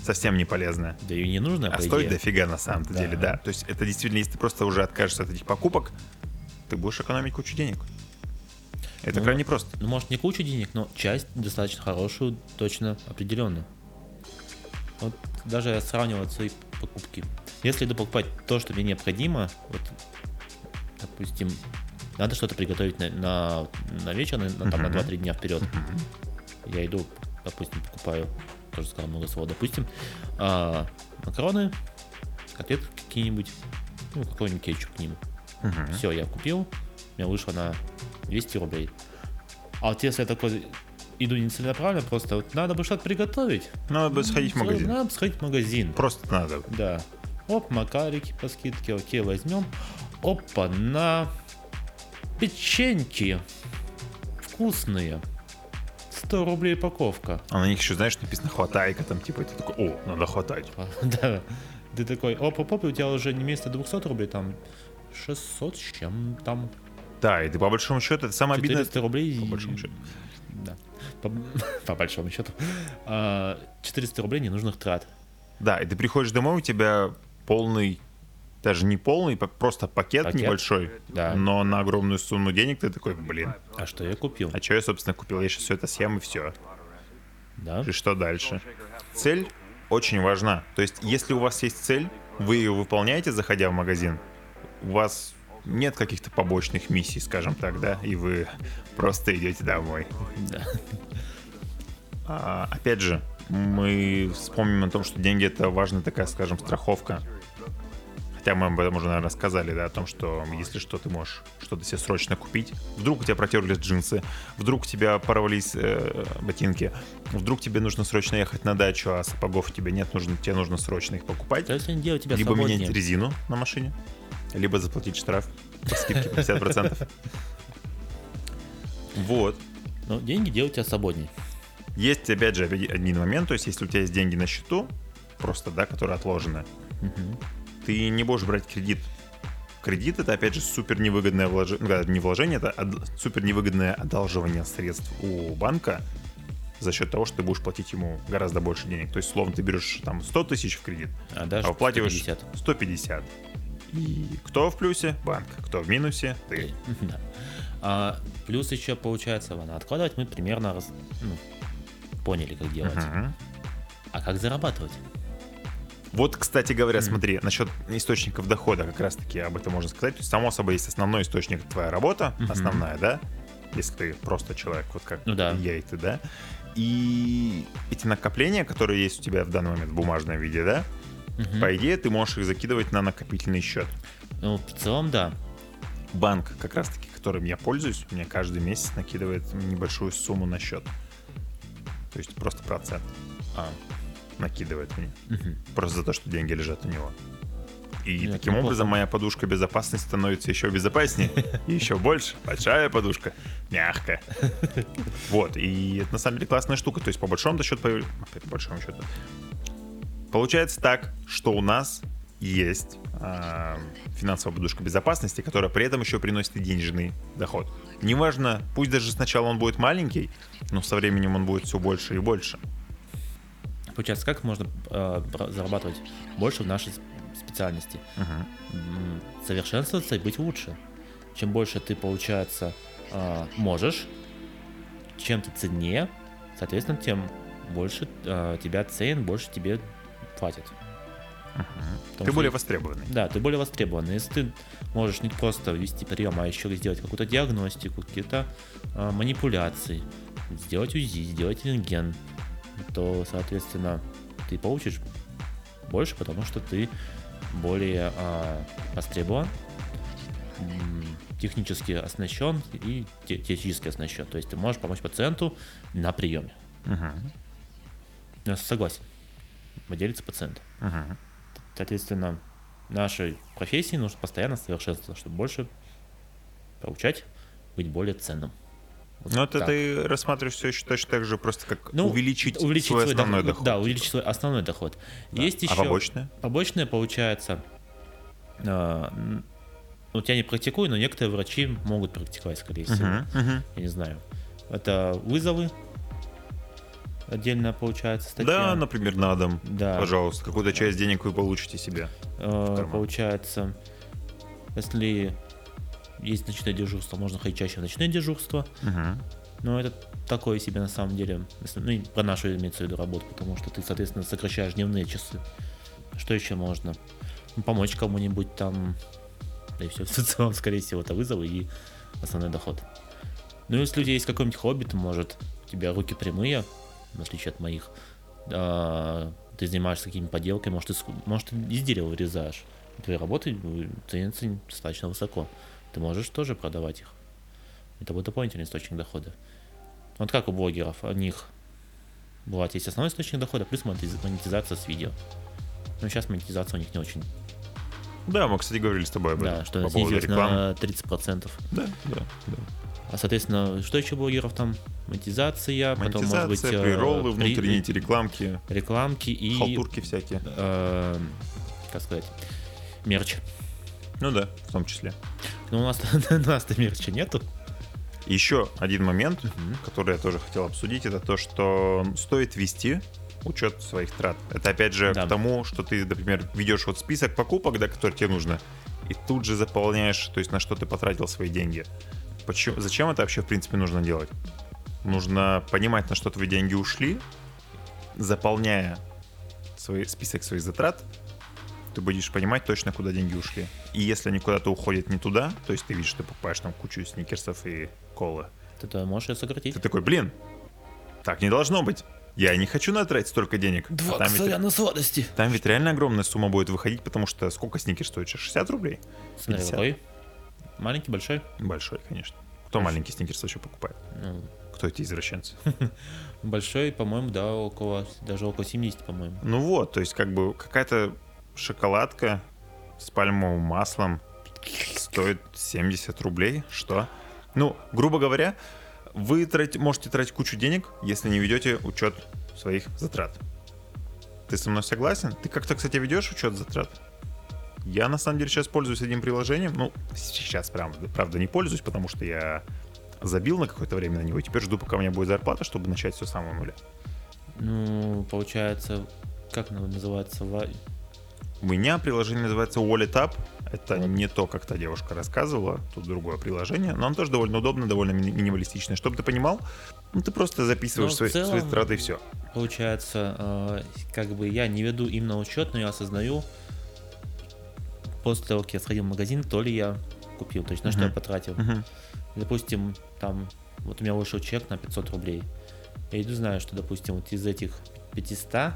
[SPEAKER 2] Совсем не полезная.
[SPEAKER 1] Да и не нужно,
[SPEAKER 2] А
[SPEAKER 1] по
[SPEAKER 2] стоит
[SPEAKER 1] идее.
[SPEAKER 2] дофига на самом-то
[SPEAKER 1] Да.
[SPEAKER 2] деле, да. То есть это действительно, если ты просто уже откажешься от этих покупок, ты будешь экономить кучу денег. Это
[SPEAKER 1] Ну,
[SPEAKER 2] крайне просто.
[SPEAKER 1] Ну, может, не кучу денег, но часть достаточно хорошую, точно определенную. Вот даже я сравнивал вот свои покупки. Если иду покупать то, что мне необходимо, вот, допустим, надо что-то приготовить на, на, на вечер, на, на- там, на
[SPEAKER 2] Мгм.
[SPEAKER 1] 2-3 дня вперед. Я иду, допустим, покупаю, тоже сказал много слов, допустим, а, макароны, котлеты какие-нибудь, ну, какой-нибудь кетчуп к ним.
[SPEAKER 2] Мгм.
[SPEAKER 1] Все, я купил, у меня вышло на 200 рублей. А вот если я такой иду не целенаправленно, просто вот надо бы что-то приготовить.
[SPEAKER 2] Надо бы сходить в
[SPEAKER 1] Всё,
[SPEAKER 2] магазин.
[SPEAKER 1] Надо бы сходить в магазин.
[SPEAKER 2] Просто надо.
[SPEAKER 1] Да. Оп, макарики по скидке, окей, возьмем. Опа, на печеньки. Вкусные. 100 рублей упаковка.
[SPEAKER 2] А на них еще, знаешь, написано «хватайка», там типа, это такой, о, надо хватать.
[SPEAKER 1] Да. Ты такой, оп, оп, оп, и у тебя уже не вместо 200 рублей, там 600 с чем там.
[SPEAKER 2] Да, и ты по большому счету, это самое обидное.
[SPEAKER 1] 400 рублей.
[SPEAKER 2] По большому счету.
[SPEAKER 1] Да. По, по большому счету. А, 400 рублей ненужных трат.
[SPEAKER 2] Да, и ты приходишь домой, у тебя полный, даже не полный, по- просто пакет,
[SPEAKER 1] Пакет.
[SPEAKER 2] небольшой,
[SPEAKER 1] Да.
[SPEAKER 2] но на огромную сумму денег ты такой, блин,
[SPEAKER 1] А что я купил?
[SPEAKER 2] а что я, собственно, купил? Я сейчас все это съем и все.
[SPEAKER 1] Да.
[SPEAKER 2] И что дальше? Цель очень важна. То есть, если у вас есть цель, вы ее выполняете, заходя в магазин, у вас нет каких-то побочных миссий, скажем так, да, и вы просто идете домой.
[SPEAKER 1] Да.
[SPEAKER 2] А, опять же, мы вспомним о том, что деньги это важная такая, скажем, страховка. Хотя мы об этом уже, наверное, рассказали, да, о том, что если что, ты можешь что-то себе срочно купить. Вдруг у тебя протерлись джинсы, вдруг у тебя порвались э, ботинки, вдруг тебе нужно срочно ехать на дачу, а сапогов у тебя нет, нужно, тебе нужно срочно их покупать.
[SPEAKER 1] То есть они делают тебя
[SPEAKER 2] либо
[SPEAKER 1] свободнее.
[SPEAKER 2] менять резину на машине, либо заплатить штраф по скидке 50%. Вот.
[SPEAKER 1] Но Ну, деньги делают тебя свободнее.
[SPEAKER 2] Есть, опять же, оби- один момент, то есть если у тебя есть деньги на счету, просто, да, которые отложены,
[SPEAKER 1] Мгм.
[SPEAKER 2] ты не будешь брать кредит. Кредит это, опять же, супер невыгодное вложение, не вложение, это од- супер невыгодное одалживание средств у банка за счет того, что ты будешь платить ему гораздо больше денег. То есть, словно, ты берешь там 100 тысяч в кредит,
[SPEAKER 1] А даже
[SPEAKER 2] а выплачиваешь
[SPEAKER 1] 150.
[SPEAKER 2] 150. И кто в плюсе? Банк. Кто в минусе? Ты.
[SPEAKER 1] Да. А, плюс еще получается, ладно, откладывать мы примерно раз, ну, поняли, как делать.
[SPEAKER 2] Мгм.
[SPEAKER 1] А как зарабатывать?
[SPEAKER 2] Вот, кстати говоря,
[SPEAKER 1] Мгм.
[SPEAKER 2] смотри, насчет источников дохода как раз-таки об этом можно сказать. То есть, само собой, есть основной источник это твоя работа,
[SPEAKER 1] Мгм.
[SPEAKER 2] основная, да? Если ты просто человек, вот как
[SPEAKER 1] Ну да.
[SPEAKER 2] я и ты, да? И эти накопления, которые есть у тебя в данный момент в бумажном виде, да?
[SPEAKER 1] Мгм.
[SPEAKER 2] По идее, ты можешь их закидывать на накопительный счет.
[SPEAKER 1] Ну, в целом, да.
[SPEAKER 2] Банк, как раз-таки, которым я пользуюсь, мне каждый месяц накидывает небольшую сумму на счет. То есть просто процент
[SPEAKER 1] А,
[SPEAKER 2] накидывает мне.
[SPEAKER 1] мгм.
[SPEAKER 2] Просто за то, что деньги лежат у него. И
[SPEAKER 1] Нет,
[SPEAKER 2] таким
[SPEAKER 1] неплохо.
[SPEAKER 2] образом моя подушка безопасности становится еще безопаснее. И еще больше. Большая подушка. Мягкая. Вот. И это на самом деле классная штука. То есть по большому счету... появ- По большому счету. Получается так, что у нас есть а, финансовая подушка безопасности, которая при этом еще приносит и денежный доход. Неважно, пусть даже сначала он будет маленький, но со временем он будет все больше и больше.
[SPEAKER 1] Получается, как можно э, про- зарабатывать больше в нашей с- специальности?
[SPEAKER 2] Мгм.
[SPEAKER 1] М, Совершенствоваться и быть лучше. Чем больше ты, получается, э, можешь, чем ты ценнее, соответственно, тем больше э, тебя ценен, больше тебе платят. Потому
[SPEAKER 2] Ты
[SPEAKER 1] что
[SPEAKER 2] более
[SPEAKER 1] если-
[SPEAKER 2] востребованный.
[SPEAKER 1] Да, ты более востребован. Если ты можешь не просто вести прием, а еще и сделать какую-то диагностику, какие-то э, манипуляции, сделать УЗИ, сделать рентген, то, соответственно, ты получишь больше, потому что ты более э, востребован, м, технически оснащен и те- теоретически оснащен. То есть ты можешь помочь пациенту на приеме.
[SPEAKER 2] Мгм.
[SPEAKER 1] Я согласен. Выделится пациент.
[SPEAKER 2] Мгм.
[SPEAKER 1] Соответственно, нашей профессии нужно постоянно совершенствоваться, чтобы больше получать, быть более ценным. Вот
[SPEAKER 2] Ну, это
[SPEAKER 1] так.
[SPEAKER 2] ты рассматриваешь все еще точно так же, просто как
[SPEAKER 1] Ну,
[SPEAKER 2] увеличить, свой основной доход. типа.
[SPEAKER 1] Да, увеличить свой основной доход.
[SPEAKER 2] Да.
[SPEAKER 1] Есть еще
[SPEAKER 2] А побочное?
[SPEAKER 1] побочное, получается, э, м, вот я не практикую, но некоторые врачи могут практиковать, скорее всего.
[SPEAKER 2] Мгм,
[SPEAKER 1] Я не знаю. Это вызовы. Отдельно получается
[SPEAKER 2] мгм.
[SPEAKER 1] статья.
[SPEAKER 2] Да, например, на дом.
[SPEAKER 1] Да.
[SPEAKER 2] Пожалуйста, какую-то часть денег вы получите себе.
[SPEAKER 1] Э,
[SPEAKER 2] карман.
[SPEAKER 1] Получается, если есть ночное дежурство, можно ходить чаще в ночное дежурство.
[SPEAKER 2] Мгм.
[SPEAKER 1] Но Ну, это такое себе на самом деле, если- ну, и про нашу имеется в виду работу, потому что ты, соответственно, сокращаешь дневные часы. Что еще можно? Ну, Помочь кому-нибудь там. Да и все в целом, скорее всего, это вызовы и основной доход. Ну, если у тебя есть какое-нибудь хобби, то, может, у тебя руки прямые, в отличие от моих, а, ты занимаешься какими-то поделками, может, ты, ск- может, ты из дерева вырезаешь. Твои работы э, ценятся достаточно высоко. Ты можешь тоже продавать их. Это будет дополнительный источник дохода. Вот как у блогеров, у них бывает есть основной источник дохода, плюс монетиз- монетизация с видео. Но сейчас монетизация у них не очень.
[SPEAKER 2] Да, мы, кстати, говорили с тобой об этом.
[SPEAKER 1] Да, что
[SPEAKER 2] по
[SPEAKER 1] она
[SPEAKER 2] поводу
[SPEAKER 1] снизилась
[SPEAKER 2] рекламы.
[SPEAKER 1] на 30%.
[SPEAKER 2] Да, да, да.
[SPEAKER 1] А, соответственно, что еще у блогеров там? Монетизация, потом, может быть,
[SPEAKER 2] Монетизация,
[SPEAKER 1] э,
[SPEAKER 2] прироллы,
[SPEAKER 1] при-
[SPEAKER 2] внутренние эти рекламки,
[SPEAKER 1] рекламки и,
[SPEAKER 2] халтурки всякие.
[SPEAKER 1] э, как сказать, мерч.
[SPEAKER 2] Ну да, в том числе.
[SPEAKER 1] Ну, у нас, у нас-то мерча нету.
[SPEAKER 2] Еще один момент,
[SPEAKER 1] Мгм.
[SPEAKER 2] который я тоже хотел обсудить, это то, что стоит вести учет своих трат. Это опять же
[SPEAKER 1] Да.
[SPEAKER 2] к тому, что ты, например, ведешь вот список покупок, да, которые тебе нужно, и тут же заполняешь, то есть на что ты потратил свои деньги. Почему, зачем это вообще, в принципе, нужно делать? Нужно понимать, на что твои деньги ушли, заполняя свой, список своих затрат, ты будешь понимать точно, куда деньги ушли. И если они куда-то уходят не туда, то есть ты видишь, что ты покупаешь там кучу сникерсов и колы,
[SPEAKER 1] Ты то можешь ее сократить.
[SPEAKER 2] ты такой, блин, так не должно быть. Я не хочу натратить столько денег. А там, ведь,
[SPEAKER 1] на сладости.
[SPEAKER 2] там ведь реально огромная сумма будет выходить, потому что сколько сникер стоит? сейчас? 60 рублей?
[SPEAKER 1] Смотри,
[SPEAKER 2] 50.
[SPEAKER 1] какой. Маленький, большой.
[SPEAKER 2] Большой, конечно. Кто маленький сникерс вообще покупает?
[SPEAKER 1] Ну,
[SPEAKER 2] Кто эти извращенцы?
[SPEAKER 1] Большой, по-моему, да, около, даже около 70, по-моему.
[SPEAKER 2] Ну вот, то есть как бы какая-то шоколадка с пальмовым маслом стоит 70 рублей, что? Ну, грубо говоря, вы трати- можете тратить кучу денег, если не ведете учет своих затрат. Ты со мной согласен? Ты как-то, кстати, ведешь учет затрат? Я на самом деле сейчас пользуюсь одним приложением. Ну, сейчас, прям, правда, не пользуюсь, потому что я забил на какое-то время на него, и теперь жду, пока у меня будет зарплата, чтобы начать все с самого нуля.
[SPEAKER 1] Ну, получается, как оно называется? Ва-
[SPEAKER 2] У меня приложение называется Wallet Up. Это
[SPEAKER 1] Вот.
[SPEAKER 2] не то, как та девушка рассказывала. Тут другое приложение. Но оно тоже довольно удобно, довольно мини- минималистичное. Чтобы ты понимал, ну ты просто записываешь
[SPEAKER 1] Ну, в
[SPEAKER 2] свои,
[SPEAKER 1] целом-
[SPEAKER 2] свои траты и все.
[SPEAKER 1] Получается, э, как бы я не веду именно учет, но я осознаю, после того, как я сходил в магазин, то ли я купил, то есть на что я
[SPEAKER 2] Мгм.
[SPEAKER 1] потратил. Допустим, там, вот у меня вышел чек на 500 рублей. Я иду знаю, что, допустим, вот из этих 500,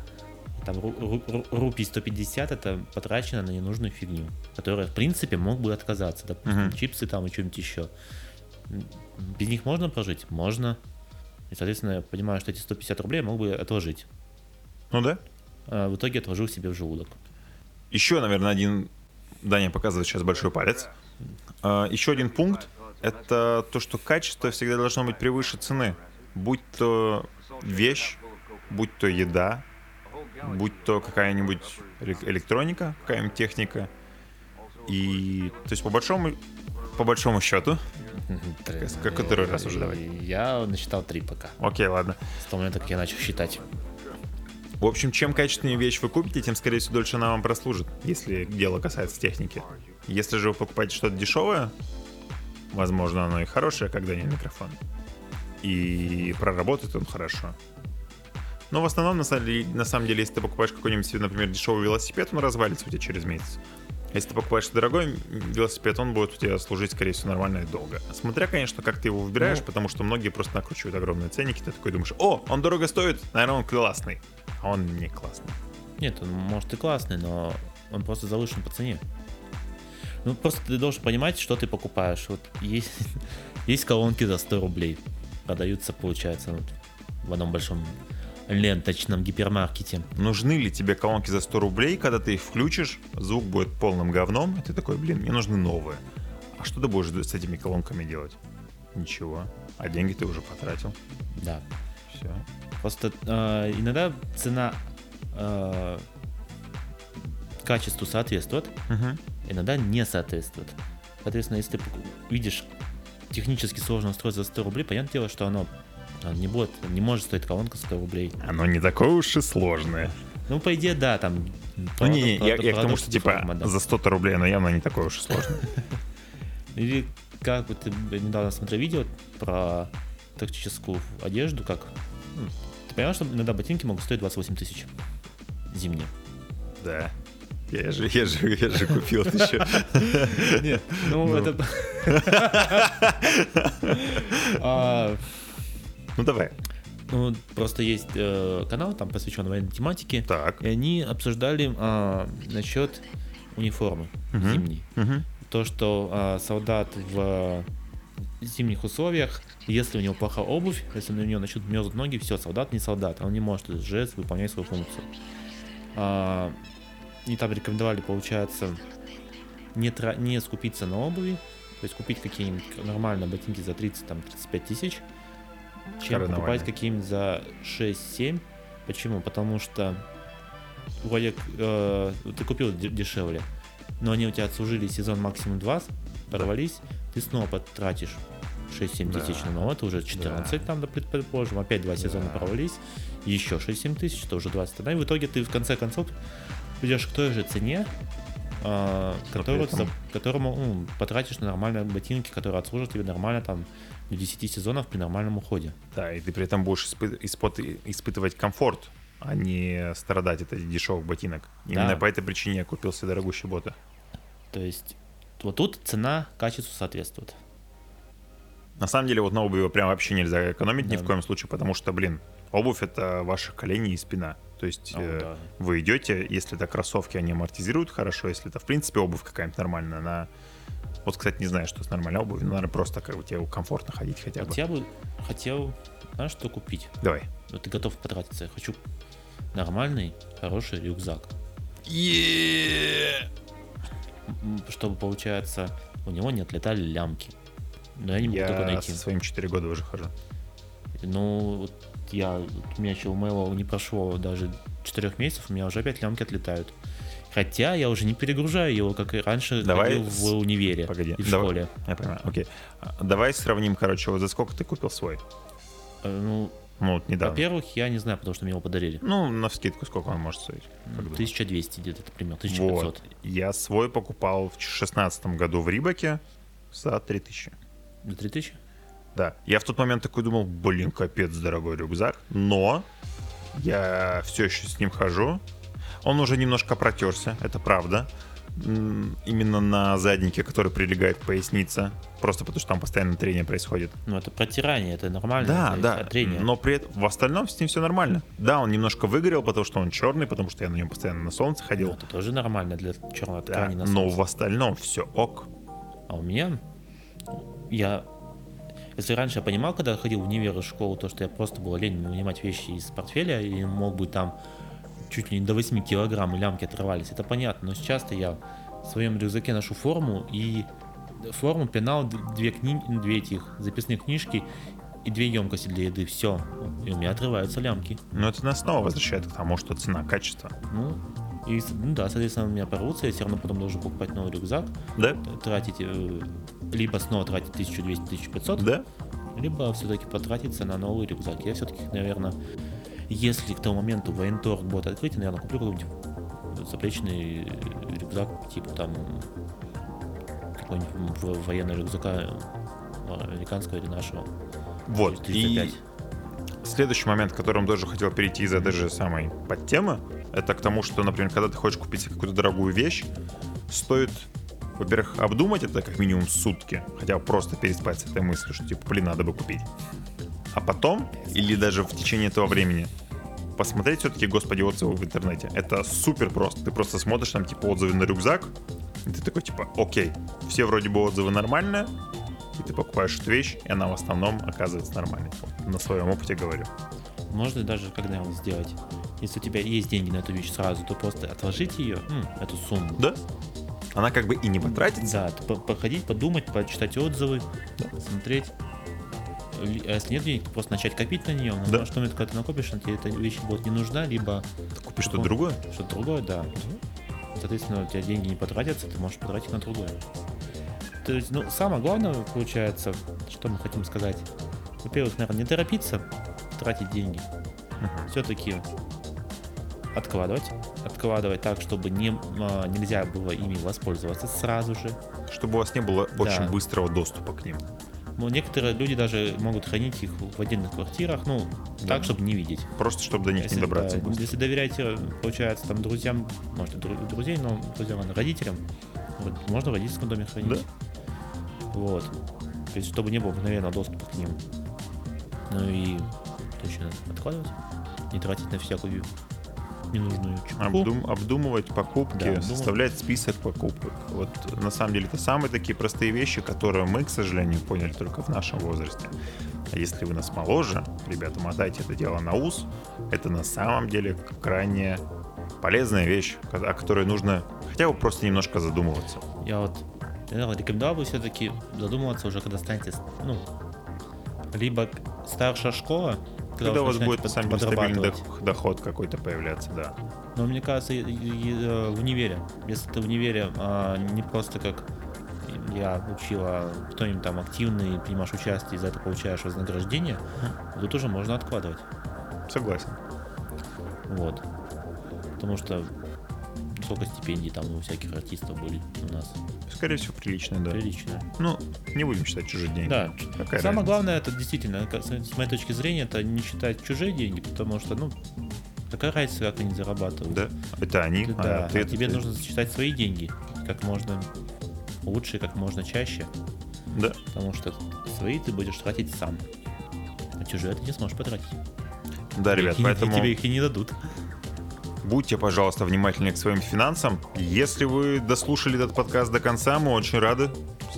[SPEAKER 1] там ру- ру- ру- рупий 150 это потрачено на ненужную фигню, которая, в принципе, мог бы отказаться. Допустим,
[SPEAKER 2] Мгм.
[SPEAKER 1] чипсы там и что-нибудь еще. Без них можно прожить? Можно. И, соответственно, я понимаю, что эти 150 рублей мог бы отложить.
[SPEAKER 2] Ну да.
[SPEAKER 1] А в итоге отложил себе в желудок.
[SPEAKER 2] Еще, наверное, один... Даня показывает сейчас большой палец. А, Еще один пункт — это то, что качество всегда должно быть превыше цены. Будь то вещь, будь то еда, будь то какая-нибудь элек- электроника, какая-нибудь техника. И, то есть, по большому, по большому счету, Как- который раз уже давай?
[SPEAKER 1] э, Я насчитал три пока.
[SPEAKER 2] окей, ладно.
[SPEAKER 1] С того момента, как я начал считать.
[SPEAKER 2] В общем, чем качественнее вещь вы купите, тем, скорее всего, дольше она вам прослужит, если дело касается техники. Если же вы покупаете что-то дешевое, возможно, оно и хорошее, когда нет микрофон. И проработает он хорошо. Но в основном, на самом деле, на самом деле, если ты покупаешь какой-нибудь, себе, например, дешевый велосипед, он развалится у тебя через месяц. Если ты покупаешь дорогой велосипед, он будет у тебя служить, скорее всего, нормально и долго. Смотря, конечно, как ты его выбираешь,
[SPEAKER 1] Ну.
[SPEAKER 2] потому что многие просто накручивают огромные ценники, ты такой думаешь, о, он дорого стоит, наверное, он классный. А он не классный.
[SPEAKER 1] Нет, он может и классный, но он просто завышен по цене. Ну, просто ты должен понимать, что ты покупаешь. Вот есть, есть колонки за 100 рублей. Продаются, получается, вот в одном большом ленточном гипермаркете.
[SPEAKER 2] Нужны ли тебе колонки за 100 рублей, когда ты их включишь, звук будет полным говном, и ты такой, блин, мне нужны новые. А что ты будешь с этими колонками делать? Ничего. А деньги ты уже потратил.
[SPEAKER 1] Да.
[SPEAKER 2] Все.
[SPEAKER 1] Просто э, иногда цена э, качеству соответствует, иногда не соответствует. Соответственно, если ты поку- видишь технически сложное устройство за 100 рублей, понятное дело, что оно, оно не будет, не может стоить колонка 100 рублей.
[SPEAKER 2] Оно не такое уж и сложное.
[SPEAKER 1] Ну, по идее, да, там...
[SPEAKER 2] Ну,
[SPEAKER 1] продукт,
[SPEAKER 2] не, не, я,
[SPEAKER 1] продукт,
[SPEAKER 2] я к тому,
[SPEAKER 1] продукт,
[SPEAKER 2] что, типа,
[SPEAKER 1] форма, да.
[SPEAKER 2] за 100 рублей оно явно не такое уж и сложное.
[SPEAKER 1] Или как вот я недавно смотрел видео про тактическую одежду, как... ну, Ты понимаешь, что иногда ботинки могут стоить 28 тысяч зимние?
[SPEAKER 2] Да. Я же, я же, я же купил это еще.
[SPEAKER 1] Нет, ну
[SPEAKER 2] Ну.
[SPEAKER 1] это... А,
[SPEAKER 2] Ну, давай.
[SPEAKER 1] Ну, просто есть э, канал, там посвящен военной тематике,
[SPEAKER 2] Так.
[SPEAKER 1] и они обсуждали а, насчет униформы
[SPEAKER 2] Мгм.
[SPEAKER 1] зимней.
[SPEAKER 2] Мгм.
[SPEAKER 1] то, что а, солдат в зимних условиях, если у него плохая обувь, если у него начнут мерзнуть ноги, все, солдат не солдат, он не может этот жест выполнять свою функцию. А, и там рекомендовали, получается, не, тра- не скупиться на обуви, то есть купить какие-нибудь нормальные ботинки за 30-35 тысяч, чем
[SPEAKER 2] Карнавальные.
[SPEAKER 1] покупать какие-нибудь за 6-7. Почему? Потому что вроде э, ты купил де- дешевле, но они у тебя отслужили сезон максимум 2, порвались, ты снова потратишь 6-7
[SPEAKER 2] Да.
[SPEAKER 1] тысяч, но это уже 14
[SPEAKER 2] Да.
[SPEAKER 1] там, да, пред- предположим, опять два сезона
[SPEAKER 2] Да.
[SPEAKER 1] порвались, еще 6-7 тысяч, это уже 20 тогда, и в итоге ты в конце концов придешь к той же цене, а,
[SPEAKER 2] Но
[SPEAKER 1] которую,
[SPEAKER 2] при этом-
[SPEAKER 1] за- которому ну, потратишь на нормальные ботинки, которые отслужат тебе нормально там до 10 сезонов при нормальном уходе.
[SPEAKER 2] Да, и ты при этом будешь испы- испот- испытывать комфорт, а не страдать от этих дешевых ботинок. Именно
[SPEAKER 1] Да.
[SPEAKER 2] по этой причине я купил себе дорогущие боты.
[SPEAKER 1] То есть вот тут цена качеству соответствует.
[SPEAKER 2] На самом деле, вот на обуви прям вообще нельзя экономить ни
[SPEAKER 1] Да.
[SPEAKER 2] в коем случае, потому что, блин, обувь — это ваши колени и спина. То есть
[SPEAKER 1] А,
[SPEAKER 2] э,
[SPEAKER 1] да.
[SPEAKER 2] вы идете, если это кроссовки, они амортизируют хорошо, если это, в принципе, обувь какая-нибудь нормальная, она... Вот, кстати, не знаю, что с нормальной обувью, но, наверное, просто как бы тебе комфортно ходить хотя бы.
[SPEAKER 1] Вот я бы хотел, знаешь, что купить?
[SPEAKER 2] Давай.
[SPEAKER 1] Вот ты готов потратиться. Я хочу нормальный, хороший рюкзак. М, Чтобы, получается, у него не отлетали лямки. Но я не могу такое
[SPEAKER 2] Я
[SPEAKER 1] найти.
[SPEAKER 2] со своим 4 года уже хожу.
[SPEAKER 1] Ну, вот я, вот у меня еще у моего не прошло даже 4 месяцев, у меня уже опять лямки отлетают. Хотя я уже не перегружаю его, как и раньше
[SPEAKER 2] Давай
[SPEAKER 1] ходил
[SPEAKER 2] с-
[SPEAKER 1] в универе
[SPEAKER 2] Погоди,
[SPEAKER 1] и в
[SPEAKER 2] давай.
[SPEAKER 1] школе.
[SPEAKER 2] Я понимаю, окей. А, Давай сравним, короче, вот за сколько ты купил свой?
[SPEAKER 1] Э, Ну,
[SPEAKER 2] Ну, вот недавно.
[SPEAKER 1] во-первых, я не знаю, потому что мне его подарили.
[SPEAKER 2] Ну, на скидку сколько он может стоить? как думаешь?
[SPEAKER 1] 1200 где-то примерно, 1500.
[SPEAKER 2] Вот. Я свой покупал в 2016 году в Рибаке за 3000.
[SPEAKER 1] До 3000?
[SPEAKER 2] Да. Я в тот момент такой думал, блин, капец, дорогой рюкзак. Но я все еще с ним хожу. Он уже немножко протерся, это правда. М, Именно на заднике, который прилегает к пояснице. Просто потому что там постоянно трение происходит.
[SPEAKER 1] Ну, это протирание, это нормально.
[SPEAKER 2] Да,
[SPEAKER 1] это
[SPEAKER 2] да.
[SPEAKER 1] Трение.
[SPEAKER 2] Но при этом в остальном с ним все нормально. Да, он немножко выгорел, потому что он черный, потому что я на нем постоянно на солнце
[SPEAKER 1] Ну,
[SPEAKER 2] ходил.
[SPEAKER 1] это тоже нормально для черной
[SPEAKER 2] Да,
[SPEAKER 1] ткани. на
[SPEAKER 2] но
[SPEAKER 1] солнце.
[SPEAKER 2] в остальном все ок.
[SPEAKER 1] А у меня А я Если раньше я понимал, когда ходил в универ и школу, то, что я просто был лень вынимать вещи из портфеля и мог бы там чуть ли не до 8 килограмм лямки отрывались, это понятно, но сейчас-то я в своем рюкзаке ношу форму и форму, пенал, д- две, кни... две этих записные книжки и две емкости для еды, все, и у меня отрываются лямки.
[SPEAKER 2] Но это нас снова возвращает к тому, что цена, качество.
[SPEAKER 1] Ну, и, с- ну да, соответственно, у меня порвутся, я все равно потом должен покупать новый рюкзак,
[SPEAKER 2] Да?
[SPEAKER 1] тратить, э, либо снова тратить 1200-1500,
[SPEAKER 2] Да?
[SPEAKER 1] либо все-таки потратиться на новый рюкзак. Я все-таки, наверное, если к тому моменту военторг будет открыть, я, наверное, куплю какой-нибудь заплечный э, рюкзак, типа там какой-нибудь в- военного рюкзака э, американского или нашего.
[SPEAKER 2] Вот.
[SPEAKER 1] То есть
[SPEAKER 2] И
[SPEAKER 1] 305.
[SPEAKER 2] следующий момент, к которому тоже хотел перейти из этой же самой подтемы, это к тому, что, например, когда ты хочешь купить себе какую-то дорогую вещь, стоит, во-первых, обдумать это как минимум сутки, хотя бы просто переспать с этой мыслью, что, типа, блин, надо бы купить. А потом, или даже в течение этого времени, посмотреть все-таки, господи, отзывы в интернете. Это супер просто. Ты просто смотришь там, типа, отзывы на рюкзак, и ты такой, типа, окей, все вроде бы отзывы нормальные, и ты покупаешь эту вещь, и она в основном оказывается нормальной. Вот На своем опыте говорю.
[SPEAKER 1] Можно даже когда-нибудь сделать. Если у тебя есть деньги на эту вещь сразу, то просто отложить ее, м, эту сумму,
[SPEAKER 2] Да? Она как бы и не потратится.
[SPEAKER 1] Да, т- по- походить, подумать, почитать отзывы, смотреть. Ли- А если нет денег, то просто начать копить на нее.
[SPEAKER 2] Да.
[SPEAKER 1] Да. Что момент, когда ты накопишь, тебе эта вещь будет не нужна, либо
[SPEAKER 2] Ты купишь что-то другое.
[SPEAKER 1] что-то другое, да. Соответственно, у тебя деньги не потратятся, ты можешь потратить на другое. То есть, ну, самое главное, получается, что мы хотим сказать. Во-первых, наверное, не торопиться тратить деньги.
[SPEAKER 2] Мгм.
[SPEAKER 1] Все-таки откладывать. Откладывать так, чтобы не, а, нельзя было ими воспользоваться сразу же.
[SPEAKER 2] Чтобы у вас не было
[SPEAKER 1] Да.
[SPEAKER 2] очень быстрого доступа к ним.
[SPEAKER 1] Ну, некоторые люди даже могут хранить их в отдельных квартирах, ну,
[SPEAKER 2] Да.
[SPEAKER 1] так, чтобы не видеть.
[SPEAKER 2] Просто чтобы до них не
[SPEAKER 1] да,
[SPEAKER 2] добраться. быстро.
[SPEAKER 1] если доверяете, получается, там, друзьям, может, и дру- друзей, но друзьям, ладно, родителям, вот, можно в родительском доме хранить. Вот. То есть, чтобы не было мгновенного доступа к ним. Ну и точно откладывать, не тратить на всякую ненужную чепуху.
[SPEAKER 2] Обдум- обдумывать покупки,
[SPEAKER 1] Да, обдумывать.
[SPEAKER 2] составлять список покупок. Вот на самом деле это самые такие простые вещи, которые мы, к сожалению, поняли только в нашем возрасте. А Если вы нас моложе, ребята, мотайте это дело на ус. Это на самом деле крайне полезная вещь, ко- о которой нужно хотя бы просто немножко задумываться.
[SPEAKER 1] Я вот, наверное, рекомендовал бы все-таки задумываться уже, когда станете, ну, либо к- старшая школа,
[SPEAKER 2] Когда
[SPEAKER 1] уже
[SPEAKER 2] у вас
[SPEAKER 1] начинаете
[SPEAKER 2] будет на
[SPEAKER 1] под-
[SPEAKER 2] самом деле стабильный
[SPEAKER 1] подрабатывать.
[SPEAKER 2] дох- доход какой-то появляться, да.
[SPEAKER 1] Но мне кажется, и- и- и, э, в универе, если ты в универе а, не просто как я учила кто-нибудь там активный, принимаешь участие, и за это получаешь вознаграждение, тут уже можно откладывать.
[SPEAKER 2] Согласен.
[SPEAKER 1] Вот. Потому что сколько стипендий там у всяких артистов были у нас.
[SPEAKER 2] Скорее всего, прилично, да.
[SPEAKER 1] Прилично.
[SPEAKER 2] Ну, не будем считать чужие деньги.
[SPEAKER 1] Да. Самое
[SPEAKER 2] Какая разница?
[SPEAKER 1] главное, это действительно, как с с моей точки зрения, это не считать чужие деньги, потому что, ну, какая разница, как они зарабатывают.
[SPEAKER 2] Да. Это они.
[SPEAKER 1] Ты-
[SPEAKER 2] а
[SPEAKER 1] да, а
[SPEAKER 2] ты-
[SPEAKER 1] тебе
[SPEAKER 2] ты-
[SPEAKER 1] нужно считать свои деньги как можно лучше, как можно чаще,
[SPEAKER 2] Да.
[SPEAKER 1] потому что свои ты будешь тратить сам, а чужие ты не сможешь потратить.
[SPEAKER 2] Да, ребят,
[SPEAKER 1] И- и
[SPEAKER 2] поэтому
[SPEAKER 1] тебе их и не дадут.
[SPEAKER 2] будьте, пожалуйста, внимательны к своим финансам. Если вы дослушали этот подкаст до конца, мы очень рады.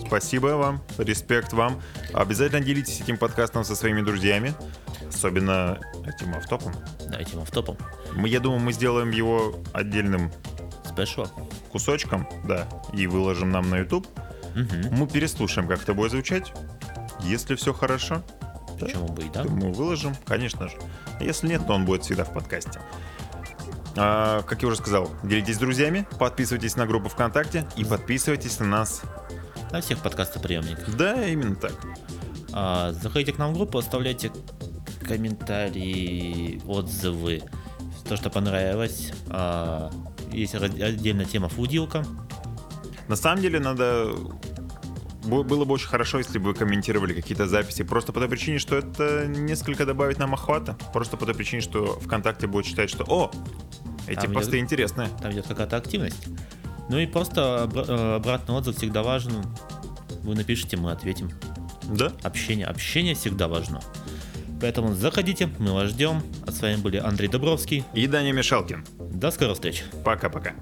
[SPEAKER 2] Спасибо вам, респект вам. Обязательно делитесь этим подкастом со своими друзьями, особенно этим автопом.
[SPEAKER 1] Да, этим автопом.
[SPEAKER 2] Мы, я думаю, мы сделаем его отдельным
[SPEAKER 1] Спешл.
[SPEAKER 2] кусочком, да, и выложим нам на YouTube.
[SPEAKER 1] Мгм.
[SPEAKER 2] Мы переслушаем, как это будет звучать. Если все хорошо,
[SPEAKER 1] Почему бы и да?
[SPEAKER 2] то мы выложим, конечно же. А Если нет, то он будет всегда в подкасте. А, как я уже сказал, делитесь с друзьями, подписывайтесь на группу ВКонтакте и подписывайтесь на нас.
[SPEAKER 1] На всех подкастоприемниках.
[SPEAKER 2] Да, именно так.
[SPEAKER 1] А, заходите к нам в группу, оставляйте комментарии, отзывы, то, что понравилось. А, есть раз- отдельная тема фудилка.
[SPEAKER 2] На самом деле надо... бу- Было бы очень хорошо, если бы вы комментировали какие-то записи. Просто по той причине, что это несколько добавит нам охвата. Просто по той причине, что ВКонтакте будет считать, что «О, эти
[SPEAKER 1] Там
[SPEAKER 2] посты
[SPEAKER 1] идет-
[SPEAKER 2] интересные».
[SPEAKER 1] там идет какая-то активность. Ну и просто обра- э, обратный отзыв всегда важен. Вы напишите, мы ответим.
[SPEAKER 2] Да?
[SPEAKER 1] Общение, общение всегда важно. Поэтому заходите, мы вас ждем. А с вами были Андрей Добровский.
[SPEAKER 2] И Даня Мишалкин.
[SPEAKER 1] До скорых встреч.
[SPEAKER 2] Пока-пока.